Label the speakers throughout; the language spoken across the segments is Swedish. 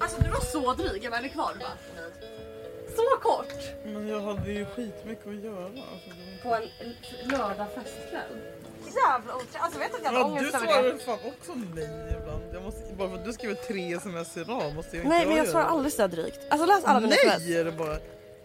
Speaker 1: Alltså du var så dryg, jag bara, är ni kvar? Du bara, så kort!
Speaker 2: Men jag hade ju skitmycket att göra. Alltså, det-
Speaker 1: På en lördag festkväll.
Speaker 3: Jävla otrevligt. Alltså vet du att jag har
Speaker 2: ja, du
Speaker 3: ångest över
Speaker 2: svarar
Speaker 3: det?
Speaker 2: väl fan också nej ibland? Jag måste, bara för att du skriver tre sms i rad måste jag inte
Speaker 3: Nej men jag
Speaker 2: göra
Speaker 3: svarar
Speaker 2: det.
Speaker 3: aldrig så där drygt. Alltså läs alla mina
Speaker 2: Nej
Speaker 3: sms.
Speaker 2: är det bara.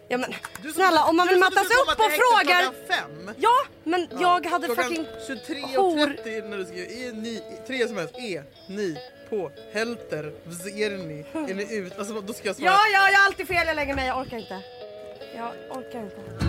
Speaker 3: Ja, men,
Speaker 2: Du som-
Speaker 3: snälla om man
Speaker 2: du
Speaker 3: vill
Speaker 2: som- du
Speaker 3: mattas
Speaker 2: som
Speaker 3: upp
Speaker 2: att det
Speaker 3: och
Speaker 2: häckte
Speaker 3: frågar.
Speaker 2: klockan Fem.
Speaker 3: Ja men jag hade
Speaker 2: Klockan
Speaker 3: fucking
Speaker 2: 23.30 när du skrev e, ni, tre sms. E, ni, på, hälter, ser ni, är ni ut? Alltså då ska jag svara.
Speaker 3: Ja, ja, jag har alltid fel. Jag lägger mig. Jag orkar inte. Jag orkar inte.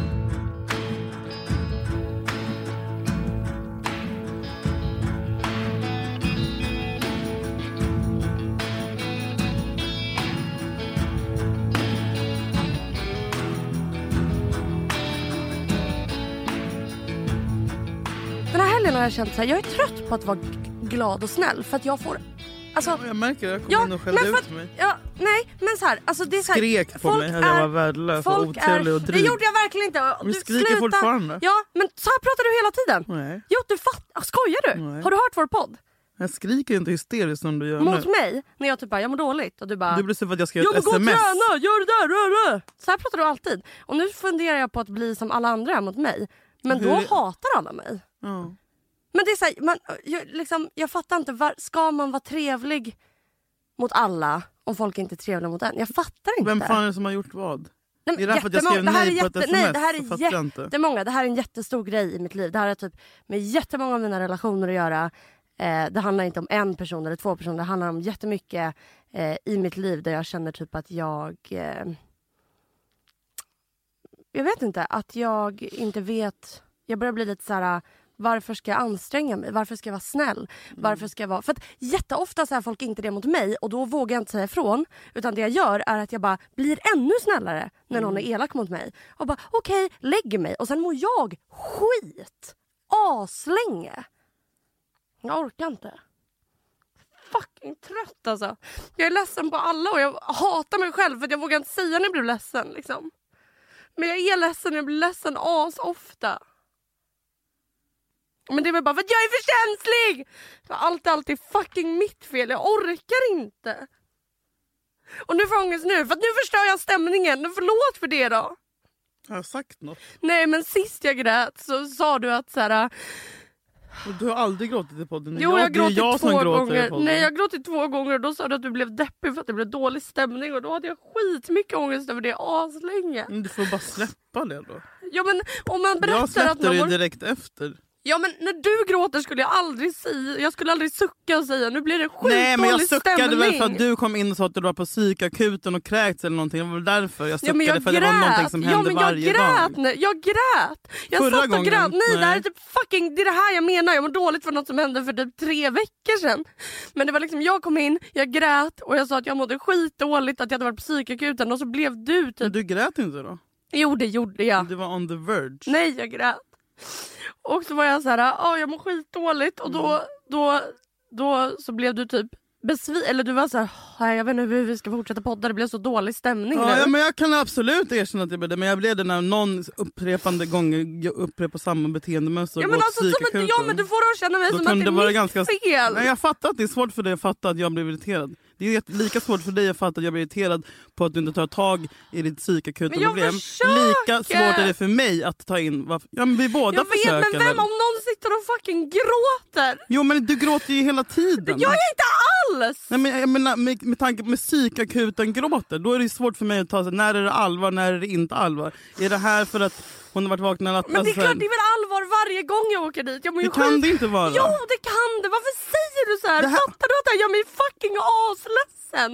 Speaker 3: Den här helgen har jag känt så här, jag är trött på att vara g- glad och snäll för att jag får, alltså
Speaker 2: Jag märker det, jag kom
Speaker 3: Ja,
Speaker 2: in och skällde
Speaker 3: men för
Speaker 2: ut
Speaker 3: att-
Speaker 2: mig.
Speaker 3: Ja, nej men så här, alltså det är så här,
Speaker 2: Skrek på
Speaker 3: folk
Speaker 2: mig att jag
Speaker 3: är-
Speaker 2: var värdelös och
Speaker 3: folk
Speaker 2: otrevlig
Speaker 3: är,
Speaker 2: och
Speaker 3: Det
Speaker 2: dryg.
Speaker 3: gjorde jag verkligen inte.
Speaker 2: Men skriker fortfarande.
Speaker 3: Ja, men så här pratar du hela tiden.
Speaker 2: Nej,
Speaker 3: Jo, du fattar. Skojar du?
Speaker 2: Nej.
Speaker 3: Har du hört vår podd?
Speaker 2: jag skriker inte hysteriskt som du gör
Speaker 3: Mot
Speaker 2: nu.
Speaker 3: mig, när jag typ bara, jag mår dåligt och du bara,
Speaker 2: Du blir sur för att jag skrev
Speaker 3: jag
Speaker 2: ett
Speaker 3: men gå och
Speaker 2: sms.
Speaker 3: träna, gör det där, rö, rö. Så här pratar du alltid. Och nu funderar jag på att bli som alla andra är mot mig. Men då
Speaker 2: Hur-
Speaker 3: hatar alla mig.
Speaker 2: Ja.
Speaker 3: Men det är så här, man, jag, liksom, jag fattar inte, var, ska man vara trevlig mot alla om folk inte är trevliga mot en? Jag fattar inte.
Speaker 2: Vem fan är det som har gjort vad?
Speaker 3: Nej, men
Speaker 2: Det är därför att jag
Speaker 3: jättemånga-
Speaker 2: skrev
Speaker 3: det här
Speaker 2: nej
Speaker 3: är
Speaker 2: på ett
Speaker 3: jätte-
Speaker 2: sms,
Speaker 3: Nej, det här
Speaker 2: så fattar jag
Speaker 3: är
Speaker 2: inte.
Speaker 3: jättemånga. Det här är en jättestor grej i mitt liv. Det här har typ med jättemånga av mina relationer att göra. Eh, det handlar inte om en person eller två personer. Det handlar om jättemycket eh, i mitt liv där jag känner typ att jag... Eh, jag vet inte. Att jag inte vet... Jag börjar bli lite så här... Varför ska jag anstränga mig? Varför ska jag vara snäll? Varför ska jag vara... För att jätteofta så är folk inte det mot mig och då vågar jag inte säga ifrån. Utan det jag gör är att jag bara blir ännu snällare när någon är elak mot mig. Och bara okej, lägger mig och sen mår jag skit aslänge. Jag orkar inte. Fucking trött alltså. Jag är ledsen på alla och jag hatar mig själv för att jag vågar inte säga när jag blir ledsen liksom. Men jag är ledsen och jag blir ledsen asofta. Men det är väl bara för att jag är för känslig! För Allt är alltid fucking mitt fel, jag orkar inte. Och nu får jag ångest nu, för att nu förstör jag stämningen. Nu Förlåt för det då.
Speaker 2: Har jag sagt något?
Speaker 3: Nej men sist jag grät så sa du att så här,
Speaker 2: Och du har aldrig gråtit i podden.
Speaker 3: jo jag,
Speaker 2: jag,
Speaker 3: har
Speaker 2: det är
Speaker 3: gråtit
Speaker 2: jag
Speaker 3: två
Speaker 2: som gråter i
Speaker 3: gånger.
Speaker 2: podden.
Speaker 3: Nej jag har gråtit två gånger och då sa du att du blev deppig för att det blev dålig stämning och då hade jag skitmycket ångest över det aslänge.
Speaker 2: Men Du får bara släppa det då.
Speaker 3: Ja men om man
Speaker 2: Jag
Speaker 3: berättar att
Speaker 2: släppte det ju
Speaker 3: någon...
Speaker 2: direkt efter.
Speaker 3: Ja men när du gråter skulle jag aldrig säga, jag skulle aldrig sucka och säga nu blir det skitdålig
Speaker 2: Nej men jag suckade
Speaker 3: stämning.
Speaker 2: väl för att du kom in och sa att du var på psykakuten och kräkts eller någonting. Det var väl därför jag
Speaker 3: Ja,
Speaker 2: suckade
Speaker 3: men jag
Speaker 2: för
Speaker 3: grät.
Speaker 2: det var någonting som hände
Speaker 3: ja, men jag
Speaker 2: varje
Speaker 3: grät. typ-
Speaker 2: dag.
Speaker 3: nu. Jag grät. Jag
Speaker 2: Förra
Speaker 3: satt och
Speaker 2: gången?
Speaker 3: grät. Nej, det här är
Speaker 2: Nej.
Speaker 3: typ fucking det, är det här jag menar. Jag mår dåligt för något som hände för typ tre veckor sedan. Men det var liksom jag kom in, jag grät och jag sa att jag mådde skitdåligt att jag hade varit på psykakuten och så blev du
Speaker 2: Men
Speaker 3: typ...
Speaker 2: du grät inte då?
Speaker 3: Jo det gjorde jag.
Speaker 2: Du var on the verge.
Speaker 3: Nej jag grät. Och så var jag så här, ah, jag mår skitdåligt och då,
Speaker 2: Mm.
Speaker 3: då, då så blev du typ besviken. Eller du var så här, "Ah, jag vet inte hur vi ska fortsätta podda, det blev så dålig stämning
Speaker 2: Ja,
Speaker 3: nu.
Speaker 2: ja, men jag kan absolut erkänna att jag blev det, men jag blev det när någon upprepande gånger jag upprepar samma beteendemönster och
Speaker 3: Ja men,
Speaker 2: går
Speaker 3: alltså,
Speaker 2: till
Speaker 3: som att, ja
Speaker 2: psykakuten.
Speaker 3: men du får att känna mig
Speaker 2: Då
Speaker 3: som
Speaker 2: kan
Speaker 3: att det
Speaker 2: det vara
Speaker 3: är mitt
Speaker 2: ganska...
Speaker 3: fel.
Speaker 2: Nej, jag fattar att det är svårt för dig att fatta att jag blir irriterad. Det är jätte- lika svårt för dig att fatta att jag blir irriterad på att du inte tar tag i ditt psykakuten
Speaker 3: Men jag
Speaker 2: problem.
Speaker 3: försöker!
Speaker 2: Lika svårt är det för mig att ta in... varför- Ja, men vi båda
Speaker 3: jag vet
Speaker 2: försöker
Speaker 3: men vem
Speaker 2: väl?
Speaker 3: om någon sitter och fucking gråter?
Speaker 2: Jo men du gråter ju hela tiden.
Speaker 3: Jag är inte alls!
Speaker 2: Nej, men, jag menar, med, med tanke på med psykakuten gråter, då är det ju svårt för mig att ta sig, när är det allvar, när är det inte allvar? Är det här för att hon har varit vaken hela natten?
Speaker 3: Men det är
Speaker 2: Alltså, så här,
Speaker 3: klart det är väl allvar varje gång jag åker dit. Jag mår ju
Speaker 2: det kan
Speaker 3: skit.
Speaker 2: det inte vara.
Speaker 3: Jo det kan det! Varför säger du så här?
Speaker 2: Det här-
Speaker 3: Fattar du att det här gör mig fucking asledsen?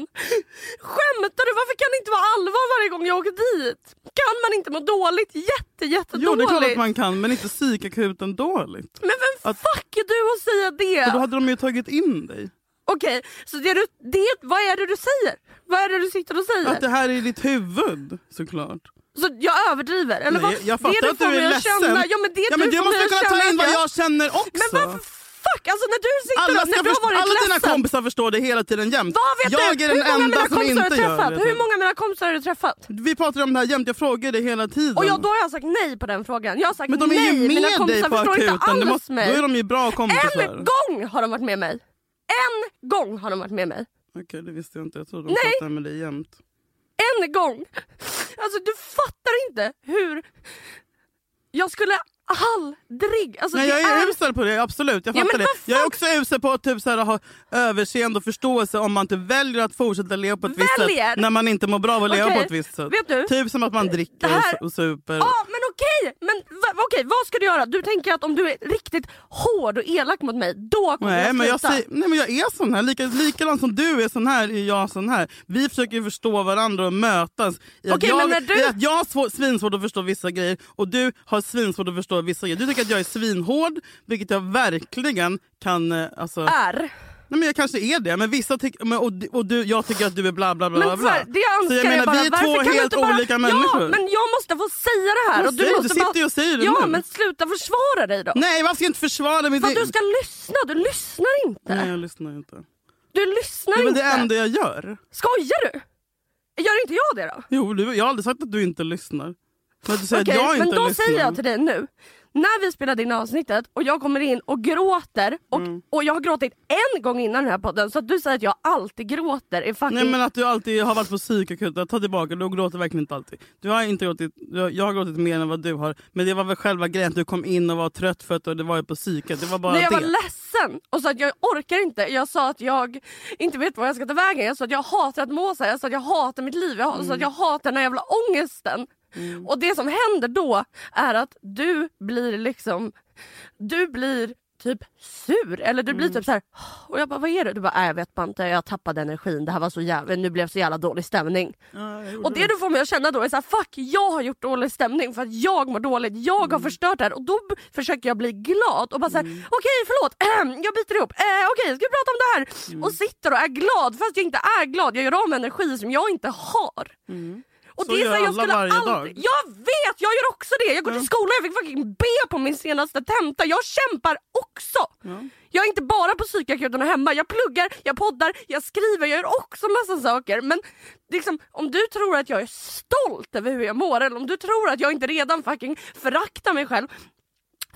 Speaker 3: Skämtar du? Varför kan det inte vara allvar varje gång jag åker dit? Kan man inte må dåligt? Jätte jättedåligt?
Speaker 2: Jo det är klart att man kan, men inte psykakuten dåligt.
Speaker 3: Men vem
Speaker 2: att-
Speaker 3: fuck är du att säga det?
Speaker 2: För då hade de ju tagit in dig.
Speaker 3: Okej, så det du, det, vad är det du säger? Vad är det du sitter och säger?
Speaker 2: Att det här är i ditt huvud såklart.
Speaker 3: Så jag överdriver? Eller vad?
Speaker 2: Nej, jag
Speaker 3: det
Speaker 2: fattar att du
Speaker 3: får mig
Speaker 2: är
Speaker 3: att
Speaker 2: ledsen.
Speaker 3: Känna, ja, men det
Speaker 2: Ja, men
Speaker 3: du
Speaker 2: du
Speaker 3: får mig
Speaker 2: måste
Speaker 3: att
Speaker 2: kunna ta
Speaker 3: känna
Speaker 2: in vad
Speaker 3: att
Speaker 2: jag känner också.
Speaker 3: Men varför fuck? Alltså när du sitter
Speaker 2: alla,
Speaker 3: och, när
Speaker 2: ska
Speaker 3: du har
Speaker 2: förstå,
Speaker 3: varit
Speaker 2: alla dina
Speaker 3: ledsen.
Speaker 2: kompisar förstår det hela tiden jämt.
Speaker 3: Vad vet
Speaker 2: jag
Speaker 3: du?
Speaker 2: är den
Speaker 3: Hur många av mina
Speaker 2: enda som
Speaker 3: kompisar har
Speaker 2: inte
Speaker 3: du
Speaker 2: gör
Speaker 3: träffat?
Speaker 2: det.
Speaker 3: Hur många av mina kompisar har du träffat?
Speaker 2: Vi pratar om det här jämt, jag frågar dig hela tiden.
Speaker 3: Och jag, då har jag sagt nej på den frågan. Jag har sagt
Speaker 2: Men de är
Speaker 3: nej,
Speaker 2: ju
Speaker 3: mina
Speaker 2: med dig
Speaker 3: kompisar
Speaker 2: på
Speaker 3: förstår inte
Speaker 2: akuten.
Speaker 3: alls
Speaker 2: Du måste, då
Speaker 3: mig.
Speaker 2: är de ju bra kompisar.
Speaker 3: En gång har de varit med mig. En gång har de varit med mig.
Speaker 2: Okej, det visste jag inte. Jag trodde de
Speaker 3: Nej.
Speaker 2: pratade med dig jämt.
Speaker 3: En gång! Alltså du fattar inte hur... Jag skulle aldrig... Alltså,
Speaker 2: Nej,
Speaker 3: det
Speaker 2: jag är,
Speaker 3: är...
Speaker 2: usel på det, absolut. Jag
Speaker 3: Ja, men
Speaker 2: fattar det.
Speaker 3: vad fan-
Speaker 2: Jag är också usel på att typ, så här, ha överseende och förståelse om man inte väljer att fortsätta leva på ett visst
Speaker 3: Väljer?
Speaker 2: sätt när man inte mår bra av att leva
Speaker 3: Okej,
Speaker 2: på ett visst sätt.
Speaker 3: vet du?
Speaker 2: Typ som att man dricker
Speaker 3: Det här-
Speaker 2: och, och super.
Speaker 3: Ja men okej! Men va, okej, vad ska du göra? Du tänker att om du är riktigt hård och elak mot mig, då kommer
Speaker 2: Nej
Speaker 3: Alltså, jag sluta.
Speaker 2: men, jag säger, nej men jag är sån här. Lika, likadant som du är sån här är jag sån här. Vi försöker ju förstå varandra och mötas. I att
Speaker 3: Okej,
Speaker 2: jag,
Speaker 3: men när du-
Speaker 2: i att jag har svår, svinsvårt att förstå vissa grejer och du har svinsvårt att förstå vissa grejer. Du tycker att jag är svinhård, vilket jag verkligen kan... eh, Alltså,
Speaker 3: Är.
Speaker 2: Nej men jag kanske är det, men vissa tycker... men- Och, och du, jag tycker att du är bla bla bla.
Speaker 3: Men
Speaker 2: bla,
Speaker 3: så här,
Speaker 2: bla.
Speaker 3: det jag
Speaker 2: så
Speaker 3: önskar
Speaker 2: jag menar,
Speaker 3: bara,
Speaker 2: vi är
Speaker 3: varför
Speaker 2: två
Speaker 3: kan du
Speaker 2: helt
Speaker 3: inte bara...
Speaker 2: olika människor.
Speaker 3: Ja men jag måste få säga det här.
Speaker 2: Men
Speaker 3: Och du,
Speaker 2: säg det,
Speaker 3: måste
Speaker 2: du sitter
Speaker 3: bara...
Speaker 2: ju och säger det
Speaker 3: Ja
Speaker 2: nu.
Speaker 3: men sluta försvara dig då.
Speaker 2: Nej varför ska jag inte försvara mig?
Speaker 3: För att
Speaker 2: Det-
Speaker 3: du ska lyssna, du lyssnar inte.
Speaker 2: Nej jag lyssnar inte.
Speaker 3: Du lyssnar
Speaker 2: Det är väl
Speaker 3: inte.
Speaker 2: det enda jag gör.
Speaker 3: Skojar du? Gör inte jag det då?
Speaker 2: Jo, du, jag har aldrig sagt att du inte lyssnar. Men du säger
Speaker 3: Okej,
Speaker 2: att jag inte
Speaker 3: men då
Speaker 2: lyssnar.
Speaker 3: säger jag till dig nu. När vi spelade in avsnittet och jag kommer in och gråter och,
Speaker 2: Mm.
Speaker 3: och jag har gråtit en gång innan den här podden så att du säger att jag alltid gråter är fucking...
Speaker 2: Nej men att du alltid har varit på psykakuten, ta tillbaka du gråter verkligen inte alltid. Du har inte gråtit, jag, jag har gråtit mer än vad du har. Men det var väl själva grejen att du kom in och var trött för att du- det var ju på psyket. Det var bara
Speaker 3: När jag
Speaker 2: det.
Speaker 3: var ledsen och sa att jag orkar inte. Jag sa att jag inte vet vad jag ska ta vägen. Jag sa att jag hatar att må så här. Jag sa att jag hatar mitt liv. Jag
Speaker 2: Mm.
Speaker 3: sa att jag hatar den här jävla ångesten. Och det som händer då är att du blir liksom... Du blir typ sur eller du
Speaker 2: Mm.
Speaker 3: blir typ så här och jag bara vad är det? Du bara "Nej, jag vet bara inte jag tappade energin det här var så jävla nu blev så jävla dålig stämning.
Speaker 2: Ja, jag gjorde
Speaker 3: Och det du får mig att känna då är så här, fuck jag har gjort dålig stämning för att jag mår dåligt, jag har förstört det här och då b- försöker jag bli glad och bara såhär, okej förlåt, jag biter ihop, eh, okej ska vi prata om det här? Och sitter och är glad fast jag inte är glad, jag gör av med energi som jag inte har.
Speaker 2: Mm.
Speaker 3: Och
Speaker 2: Så
Speaker 3: det är
Speaker 2: gör
Speaker 3: här, jag
Speaker 2: alla
Speaker 3: skulle
Speaker 2: varje
Speaker 3: aldrig...
Speaker 2: dag.
Speaker 3: Jag vet, jag gör också det! Jag går till skolan, jag fick fucking B på min senaste tenta. Jag kämpar också! Jag är inte bara på psykakuten och hemma. Jag pluggar, jag poddar, jag skriver, jag gör också massa saker. Men liksom, om du tror att jag är stolt över hur jag mår eller om du tror att jag inte redan fucking föraktar mig själv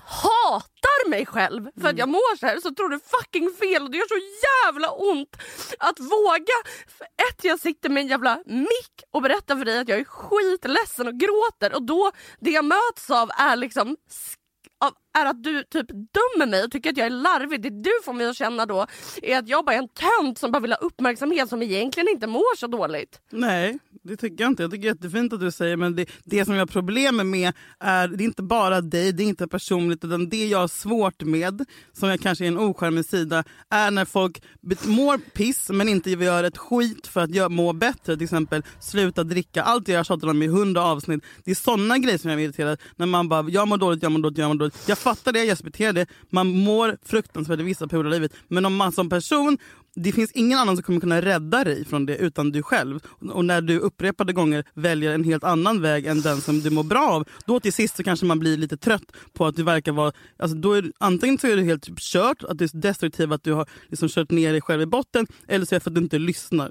Speaker 3: hatar mig själv för att jag mår så här så tror du fucking fel och det gör så jävla ont att våga. För ett, jag sitter med en jävla mick och berättar för dig att jag är skitledsen och gråter och då det jag möts av är liksom sk- av, är att du typ dömer mig och tycker att jag är larvig. Det du får mig att känna då är att jag bara är en tönt som bara vill ha uppmärksamhet som egentligen inte mår så dåligt.
Speaker 2: Nej, det tycker jag inte. Jag tycker det är jättefint att du säger men det, det som jag har problem med är, det är inte bara dig, det är inte personligt utan det jag har svårt med, som jag kanske är en ocharmig sida, är när folk bet- mår piss men inte vill göra ett skit för att gö- må bättre. Till exempel sluta dricka, allt det jag tjatar om i hundra avsnitt. Det är sådana grejer som jag är irriterad När man bara, jag mår dåligt, jag mår dåligt, jag mår dåligt. Jag fattar det, jag respekterar det. Man mår fruktansvärt i vissa perioder av livet. Men om man som person det finns ingen annan som kommer kunna rädda dig från det utan du själv. Och när du upprepade gånger väljer en helt annan väg än den som du mår bra av, då till sist så kanske man blir lite trött på att du verkar vara... Alltså då är, antingen så är du helt typ kört, att du är destruktiv, att du har liksom kört ner dig själv i botten, eller så är det för att du inte lyssnar.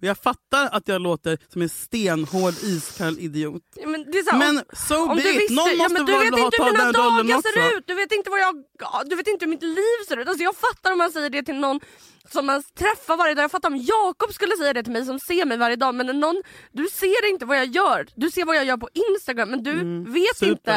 Speaker 2: Och jag fattar att jag låter som en stenhård, iskall idiot.
Speaker 3: Men det är så här,
Speaker 2: Men so
Speaker 3: Om
Speaker 2: be
Speaker 3: du
Speaker 2: it.
Speaker 3: visste,
Speaker 2: Någon
Speaker 3: ja,
Speaker 2: måste
Speaker 3: men du
Speaker 2: väl
Speaker 3: vet
Speaker 2: ha-
Speaker 3: inte
Speaker 2: ta
Speaker 3: hur mina
Speaker 2: den rollen
Speaker 3: dagar
Speaker 2: också.
Speaker 3: ser ut, du vet inte vad jag, du vet inte hur mitt liv ser ut. Alltså jag fattar om man säger det till någon som man träffar varje dag. Jag fattar om Jakob skulle säga det till mig som ser mig varje dag. Men när någon, du ser inte vad jag gör. Du ser vad jag gör på Instagram men du vet
Speaker 2: Mm. super.
Speaker 3: inte.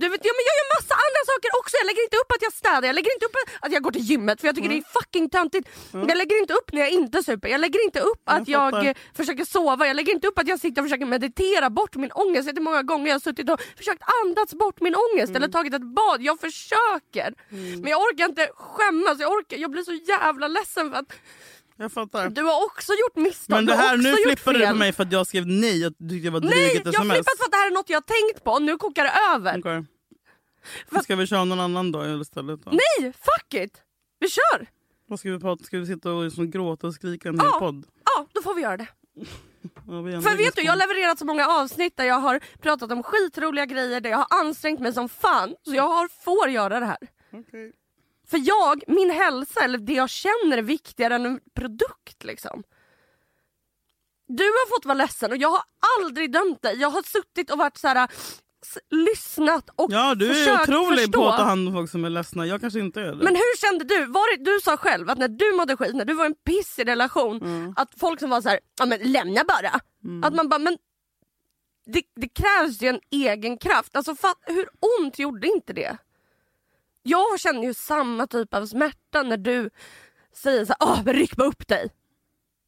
Speaker 3: Du vet, ja, men jag gör massa andra saker också. Jag lägger inte upp att jag städar, jag lägger inte upp att jag går till gymmet för jag
Speaker 2: Mm.
Speaker 3: tycker det är fucking töntigt. Jag lägger inte upp när jag inte super, jag lägger inte upp att
Speaker 2: Jag
Speaker 3: jag,
Speaker 2: fattar.
Speaker 3: eh, försöker sova, jag lägger inte upp att jag sitter och försöker meditera bort min ångest. Jag vet hur många gånger jag har suttit och försökt andas bort min ångest eller
Speaker 2: Mm.
Speaker 3: tagit ett bad. Jag försöker men jag orkar inte skämmas, jag, orkar, jag blir så jävla ledsen för att
Speaker 2: Jag fattar.
Speaker 3: du har också gjort misstag.
Speaker 2: Men det
Speaker 3: du har
Speaker 2: här,
Speaker 3: också
Speaker 2: nu
Speaker 3: gjort
Speaker 2: flippar du på
Speaker 3: fel.
Speaker 2: mig för att jag skrev nej och tyckte jag var
Speaker 3: Nej,
Speaker 2: dryg i
Speaker 3: jag
Speaker 2: ett
Speaker 3: har
Speaker 2: sms.
Speaker 3: flippat för att det här är något jag har tänkt på. Nu kokar det över.
Speaker 2: Okej. Ska vi köra någon annan dag istället? Då?
Speaker 3: Nej, fuck it! Vi kör!
Speaker 2: Vad ska vi prata? Ska vi sitta och liksom gråta och skrika i en hel
Speaker 3: Ja.
Speaker 2: podd?
Speaker 3: Ja, då får vi göra det.
Speaker 2: Ja, vi är ändå
Speaker 3: För vet du, jag har
Speaker 2: inne
Speaker 3: levererat så många avsnitt där jag har pratat om skitroliga grejer, där jag har ansträngt mig som fan. Så jag har, får göra det här.
Speaker 2: på- Okej.
Speaker 3: För jag, min hälsa eller det jag känner är viktigare än en produkt liksom. Du har fått vara ledsen och jag har aldrig dömt dig. Jag har suttit och varit så här s- lyssnat och
Speaker 2: Ja, du är
Speaker 3: försökt
Speaker 2: otrolig
Speaker 3: förstå.
Speaker 2: på att ta hand om folk som är ledsna. Jag kanske inte är det.
Speaker 3: Men hur kände du? Var det, du sa själv att när du mådde skit, när du var i en pissig relation,
Speaker 2: Mm.
Speaker 3: att folk som var så här, ja men lämna bara. Att man bara, men det, det krävs ju en egen kraft. Alltså fatt, hur ont gjorde inte det? Jag känner ju samma typ av smärta när du säger så här, "Åh, men ryck bara upp dig.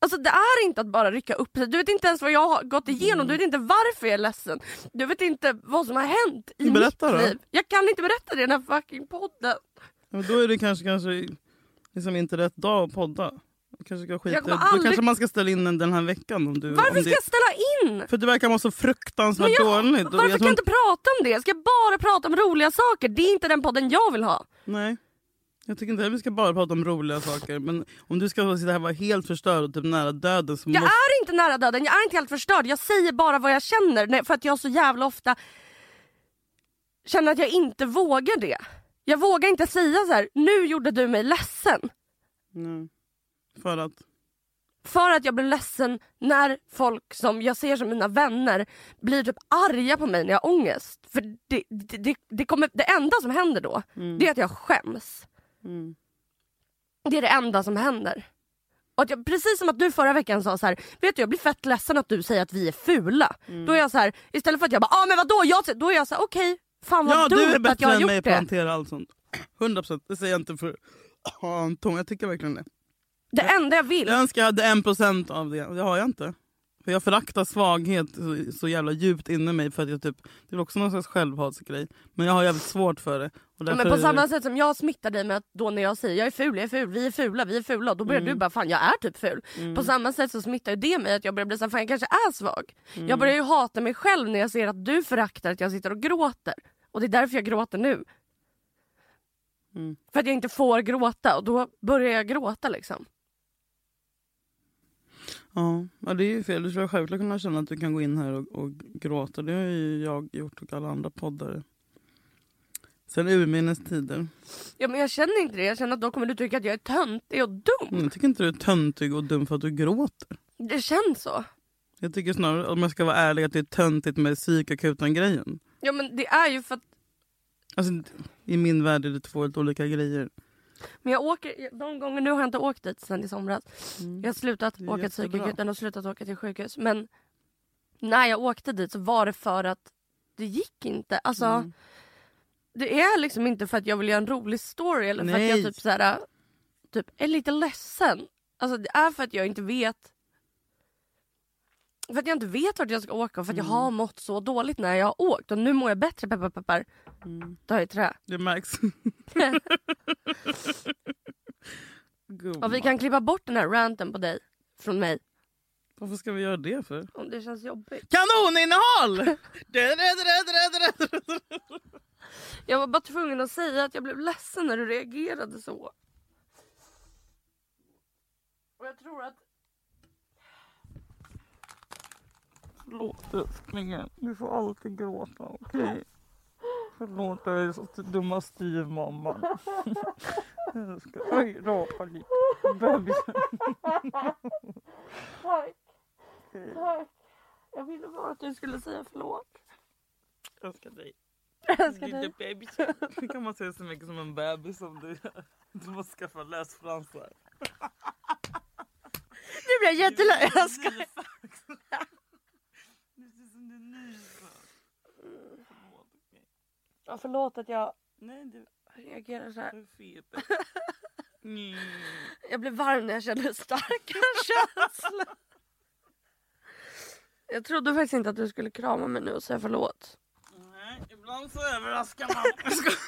Speaker 3: Alltså det är inte att bara rycka upp sig. Du vet inte ens vad jag har gått igenom.
Speaker 2: Mm.
Speaker 3: Du vet inte varför jag är ledsen. Du vet inte vad som har hänt i
Speaker 2: Berätta
Speaker 3: mitt
Speaker 2: då.
Speaker 3: liv. Jag kan inte berätta det i den här fucking podden.
Speaker 2: Men då är det kanske, kanske liksom inte rätt dag att podda. Du Kanske ska skita.
Speaker 3: Jag kommer
Speaker 2: Då
Speaker 3: aldrig-
Speaker 2: kanske man ska ställa in den den här veckan. Om du,
Speaker 3: Varför
Speaker 2: om
Speaker 3: ska
Speaker 2: det...
Speaker 3: jag ställa in?
Speaker 2: För du verkar må så fruktansvärt
Speaker 3: Men jag-
Speaker 2: dåligt. Och
Speaker 3: Varför
Speaker 2: jag
Speaker 3: kan
Speaker 2: tror
Speaker 3: jag inte prata om det? Jag ska bara prata om roliga saker. Det är inte den podden jag vill ha.
Speaker 2: Nej. Jag tycker inte att vi ska bara prata om roliga saker. Men om du ska sitta här och vara helt förstörd och typ nära döden så
Speaker 3: Jag
Speaker 2: måste...
Speaker 3: är inte nära döden, jag är inte helt förstörd. Jag säger bara vad jag känner Nej, för att jag så jävla ofta känner att jag inte vågar det. Jag vågar inte säga så här. nu gjorde du mig ledsen.
Speaker 2: Nej. För att...
Speaker 3: För att jag blir ledsen när folk som jag ser som mina vänner blir typ arga på mig när jag har ångest. För det, det, det, det, kommer, det enda som händer då, det är att jag skäms.
Speaker 2: Mm.
Speaker 3: Det är det enda som händer. Och att jag, precis som att du förra veckan sa så här, vet du jag blir fett ledsen att du säger att vi är fula.
Speaker 2: Mm.
Speaker 3: Då är jag så här, istället för att jag bara, ah, men vadå? Jag, då är jag så här, okej, fan vad
Speaker 2: Ja, du
Speaker 3: dumt
Speaker 2: är
Speaker 3: att jag
Speaker 2: bättre
Speaker 3: har
Speaker 2: än mig
Speaker 3: gjort
Speaker 2: på att
Speaker 3: det.
Speaker 2: hantera allt sånt. 100 procent. Det säger jag inte för Ja, en tom. Jag tycker verkligen det.
Speaker 3: Det enda jag vill.
Speaker 2: Jag önskar jag hade en procent av det. Det har jag inte. För Jag föraktar svaghet så, så jävla djupt inne i mig. För att jag typ, det är också någon slags självhatsgrej. Men jag har jävligt svårt för det. Och
Speaker 3: Ja,
Speaker 2: därför
Speaker 3: men
Speaker 2: är
Speaker 3: på
Speaker 2: det-
Speaker 3: samma sätt som jag smittar dig med att då när jag säger jag är ful, jag är ful, vi är fula, vi är fula. Då börjar du bara fan jag är typ ful. På samma sätt så smittar ju det mig att jag börjar bli så här, fan jag kanske är svag. Jag börjar ju hata mig själv när jag ser att du föraktar att jag sitter och gråter. Och det är därför jag gråter nu. För att jag inte får gråta och då börjar jag gråta liksom.
Speaker 2: Ja, ja, det är ju fel. Du skulle självklart kunna känna att du kan gå in här och, och gråta. Det har ju jag gjort och alla andra poddare. Sen urminnes tider.
Speaker 3: Ja men jag känner inte det, jag känner att då kommer du tycka att jag är töntig och dum.
Speaker 2: Mm, Jag tycker inte du är töntig och dum för att du gråter.
Speaker 3: Det känns så.
Speaker 2: Jag tycker snarare, om jag ska vara ärlig, att det är töntigt med psykakuten-grejen.
Speaker 3: Ja men det är ju för att
Speaker 2: Alltså, I min värld är det två helt olika grejer.
Speaker 3: Men jag åker, de gånger nu har jag inte åkt dit sen i somras. Jag har slutat
Speaker 2: Det är
Speaker 3: åka till
Speaker 2: jättebra.
Speaker 3: psykakuten och slutat åka till sjukhus. Men när jag åkte dit så var det för att det gick inte. Alltså,
Speaker 2: Mm.
Speaker 3: Det är liksom inte för att jag vill göra en rolig story eller för att
Speaker 2: Nej.
Speaker 3: jag typ, så här, typ är lite ledsen. Alltså, det är för att jag inte vet för att jag inte vet vart jag ska åka och för att
Speaker 2: Mm.
Speaker 3: jag har mått så dåligt när jag har åkt. Och nu mår jag bättre, peppar peppar.
Speaker 2: Mm.
Speaker 3: Då har jag trä.
Speaker 2: Det märks. Gumman.
Speaker 3: Och vi kan klippa bort den här ranten på dig från mig.
Speaker 2: Varför ska vi göra det för?
Speaker 3: Om det känns jobbigt.
Speaker 2: Kanoninnehåll! Du, du, du, du, du, du, du.
Speaker 3: Jag var bara tvungen att säga att jag blev ledsen när du reagerade så. Och jag tror att...
Speaker 2: Förlåt älsklingen, du får alltid gråta. Okej? Förlåt, jag är så st- dumma styvmamman. Jag ska- Oj, rapa lite. Bebisen.
Speaker 3: Tack. Tack. Jag ville bara att du skulle säga förlåt.
Speaker 2: Jag älskar dig.
Speaker 3: Jag älskar
Speaker 2: Lilla
Speaker 3: dig.
Speaker 2: bebisen. Nu kan man säga så mycket som en bebis som du gör. Du måste skaffa läsfransar.
Speaker 3: Nu blir jag jättelös. Jag ska...
Speaker 2: Du ser som du är nyfödd. Förlåt, okej.
Speaker 3: Ja, förlåt att jag
Speaker 2: Nej, du
Speaker 3: reagerar så här.
Speaker 2: är fet. Mm.
Speaker 3: Jag blev varm när jag kände starka känslor. Jag trodde faktiskt inte att du skulle krama mig nu och säga förlåt.
Speaker 2: Nej, ibland så överraskar man. Jag skojar.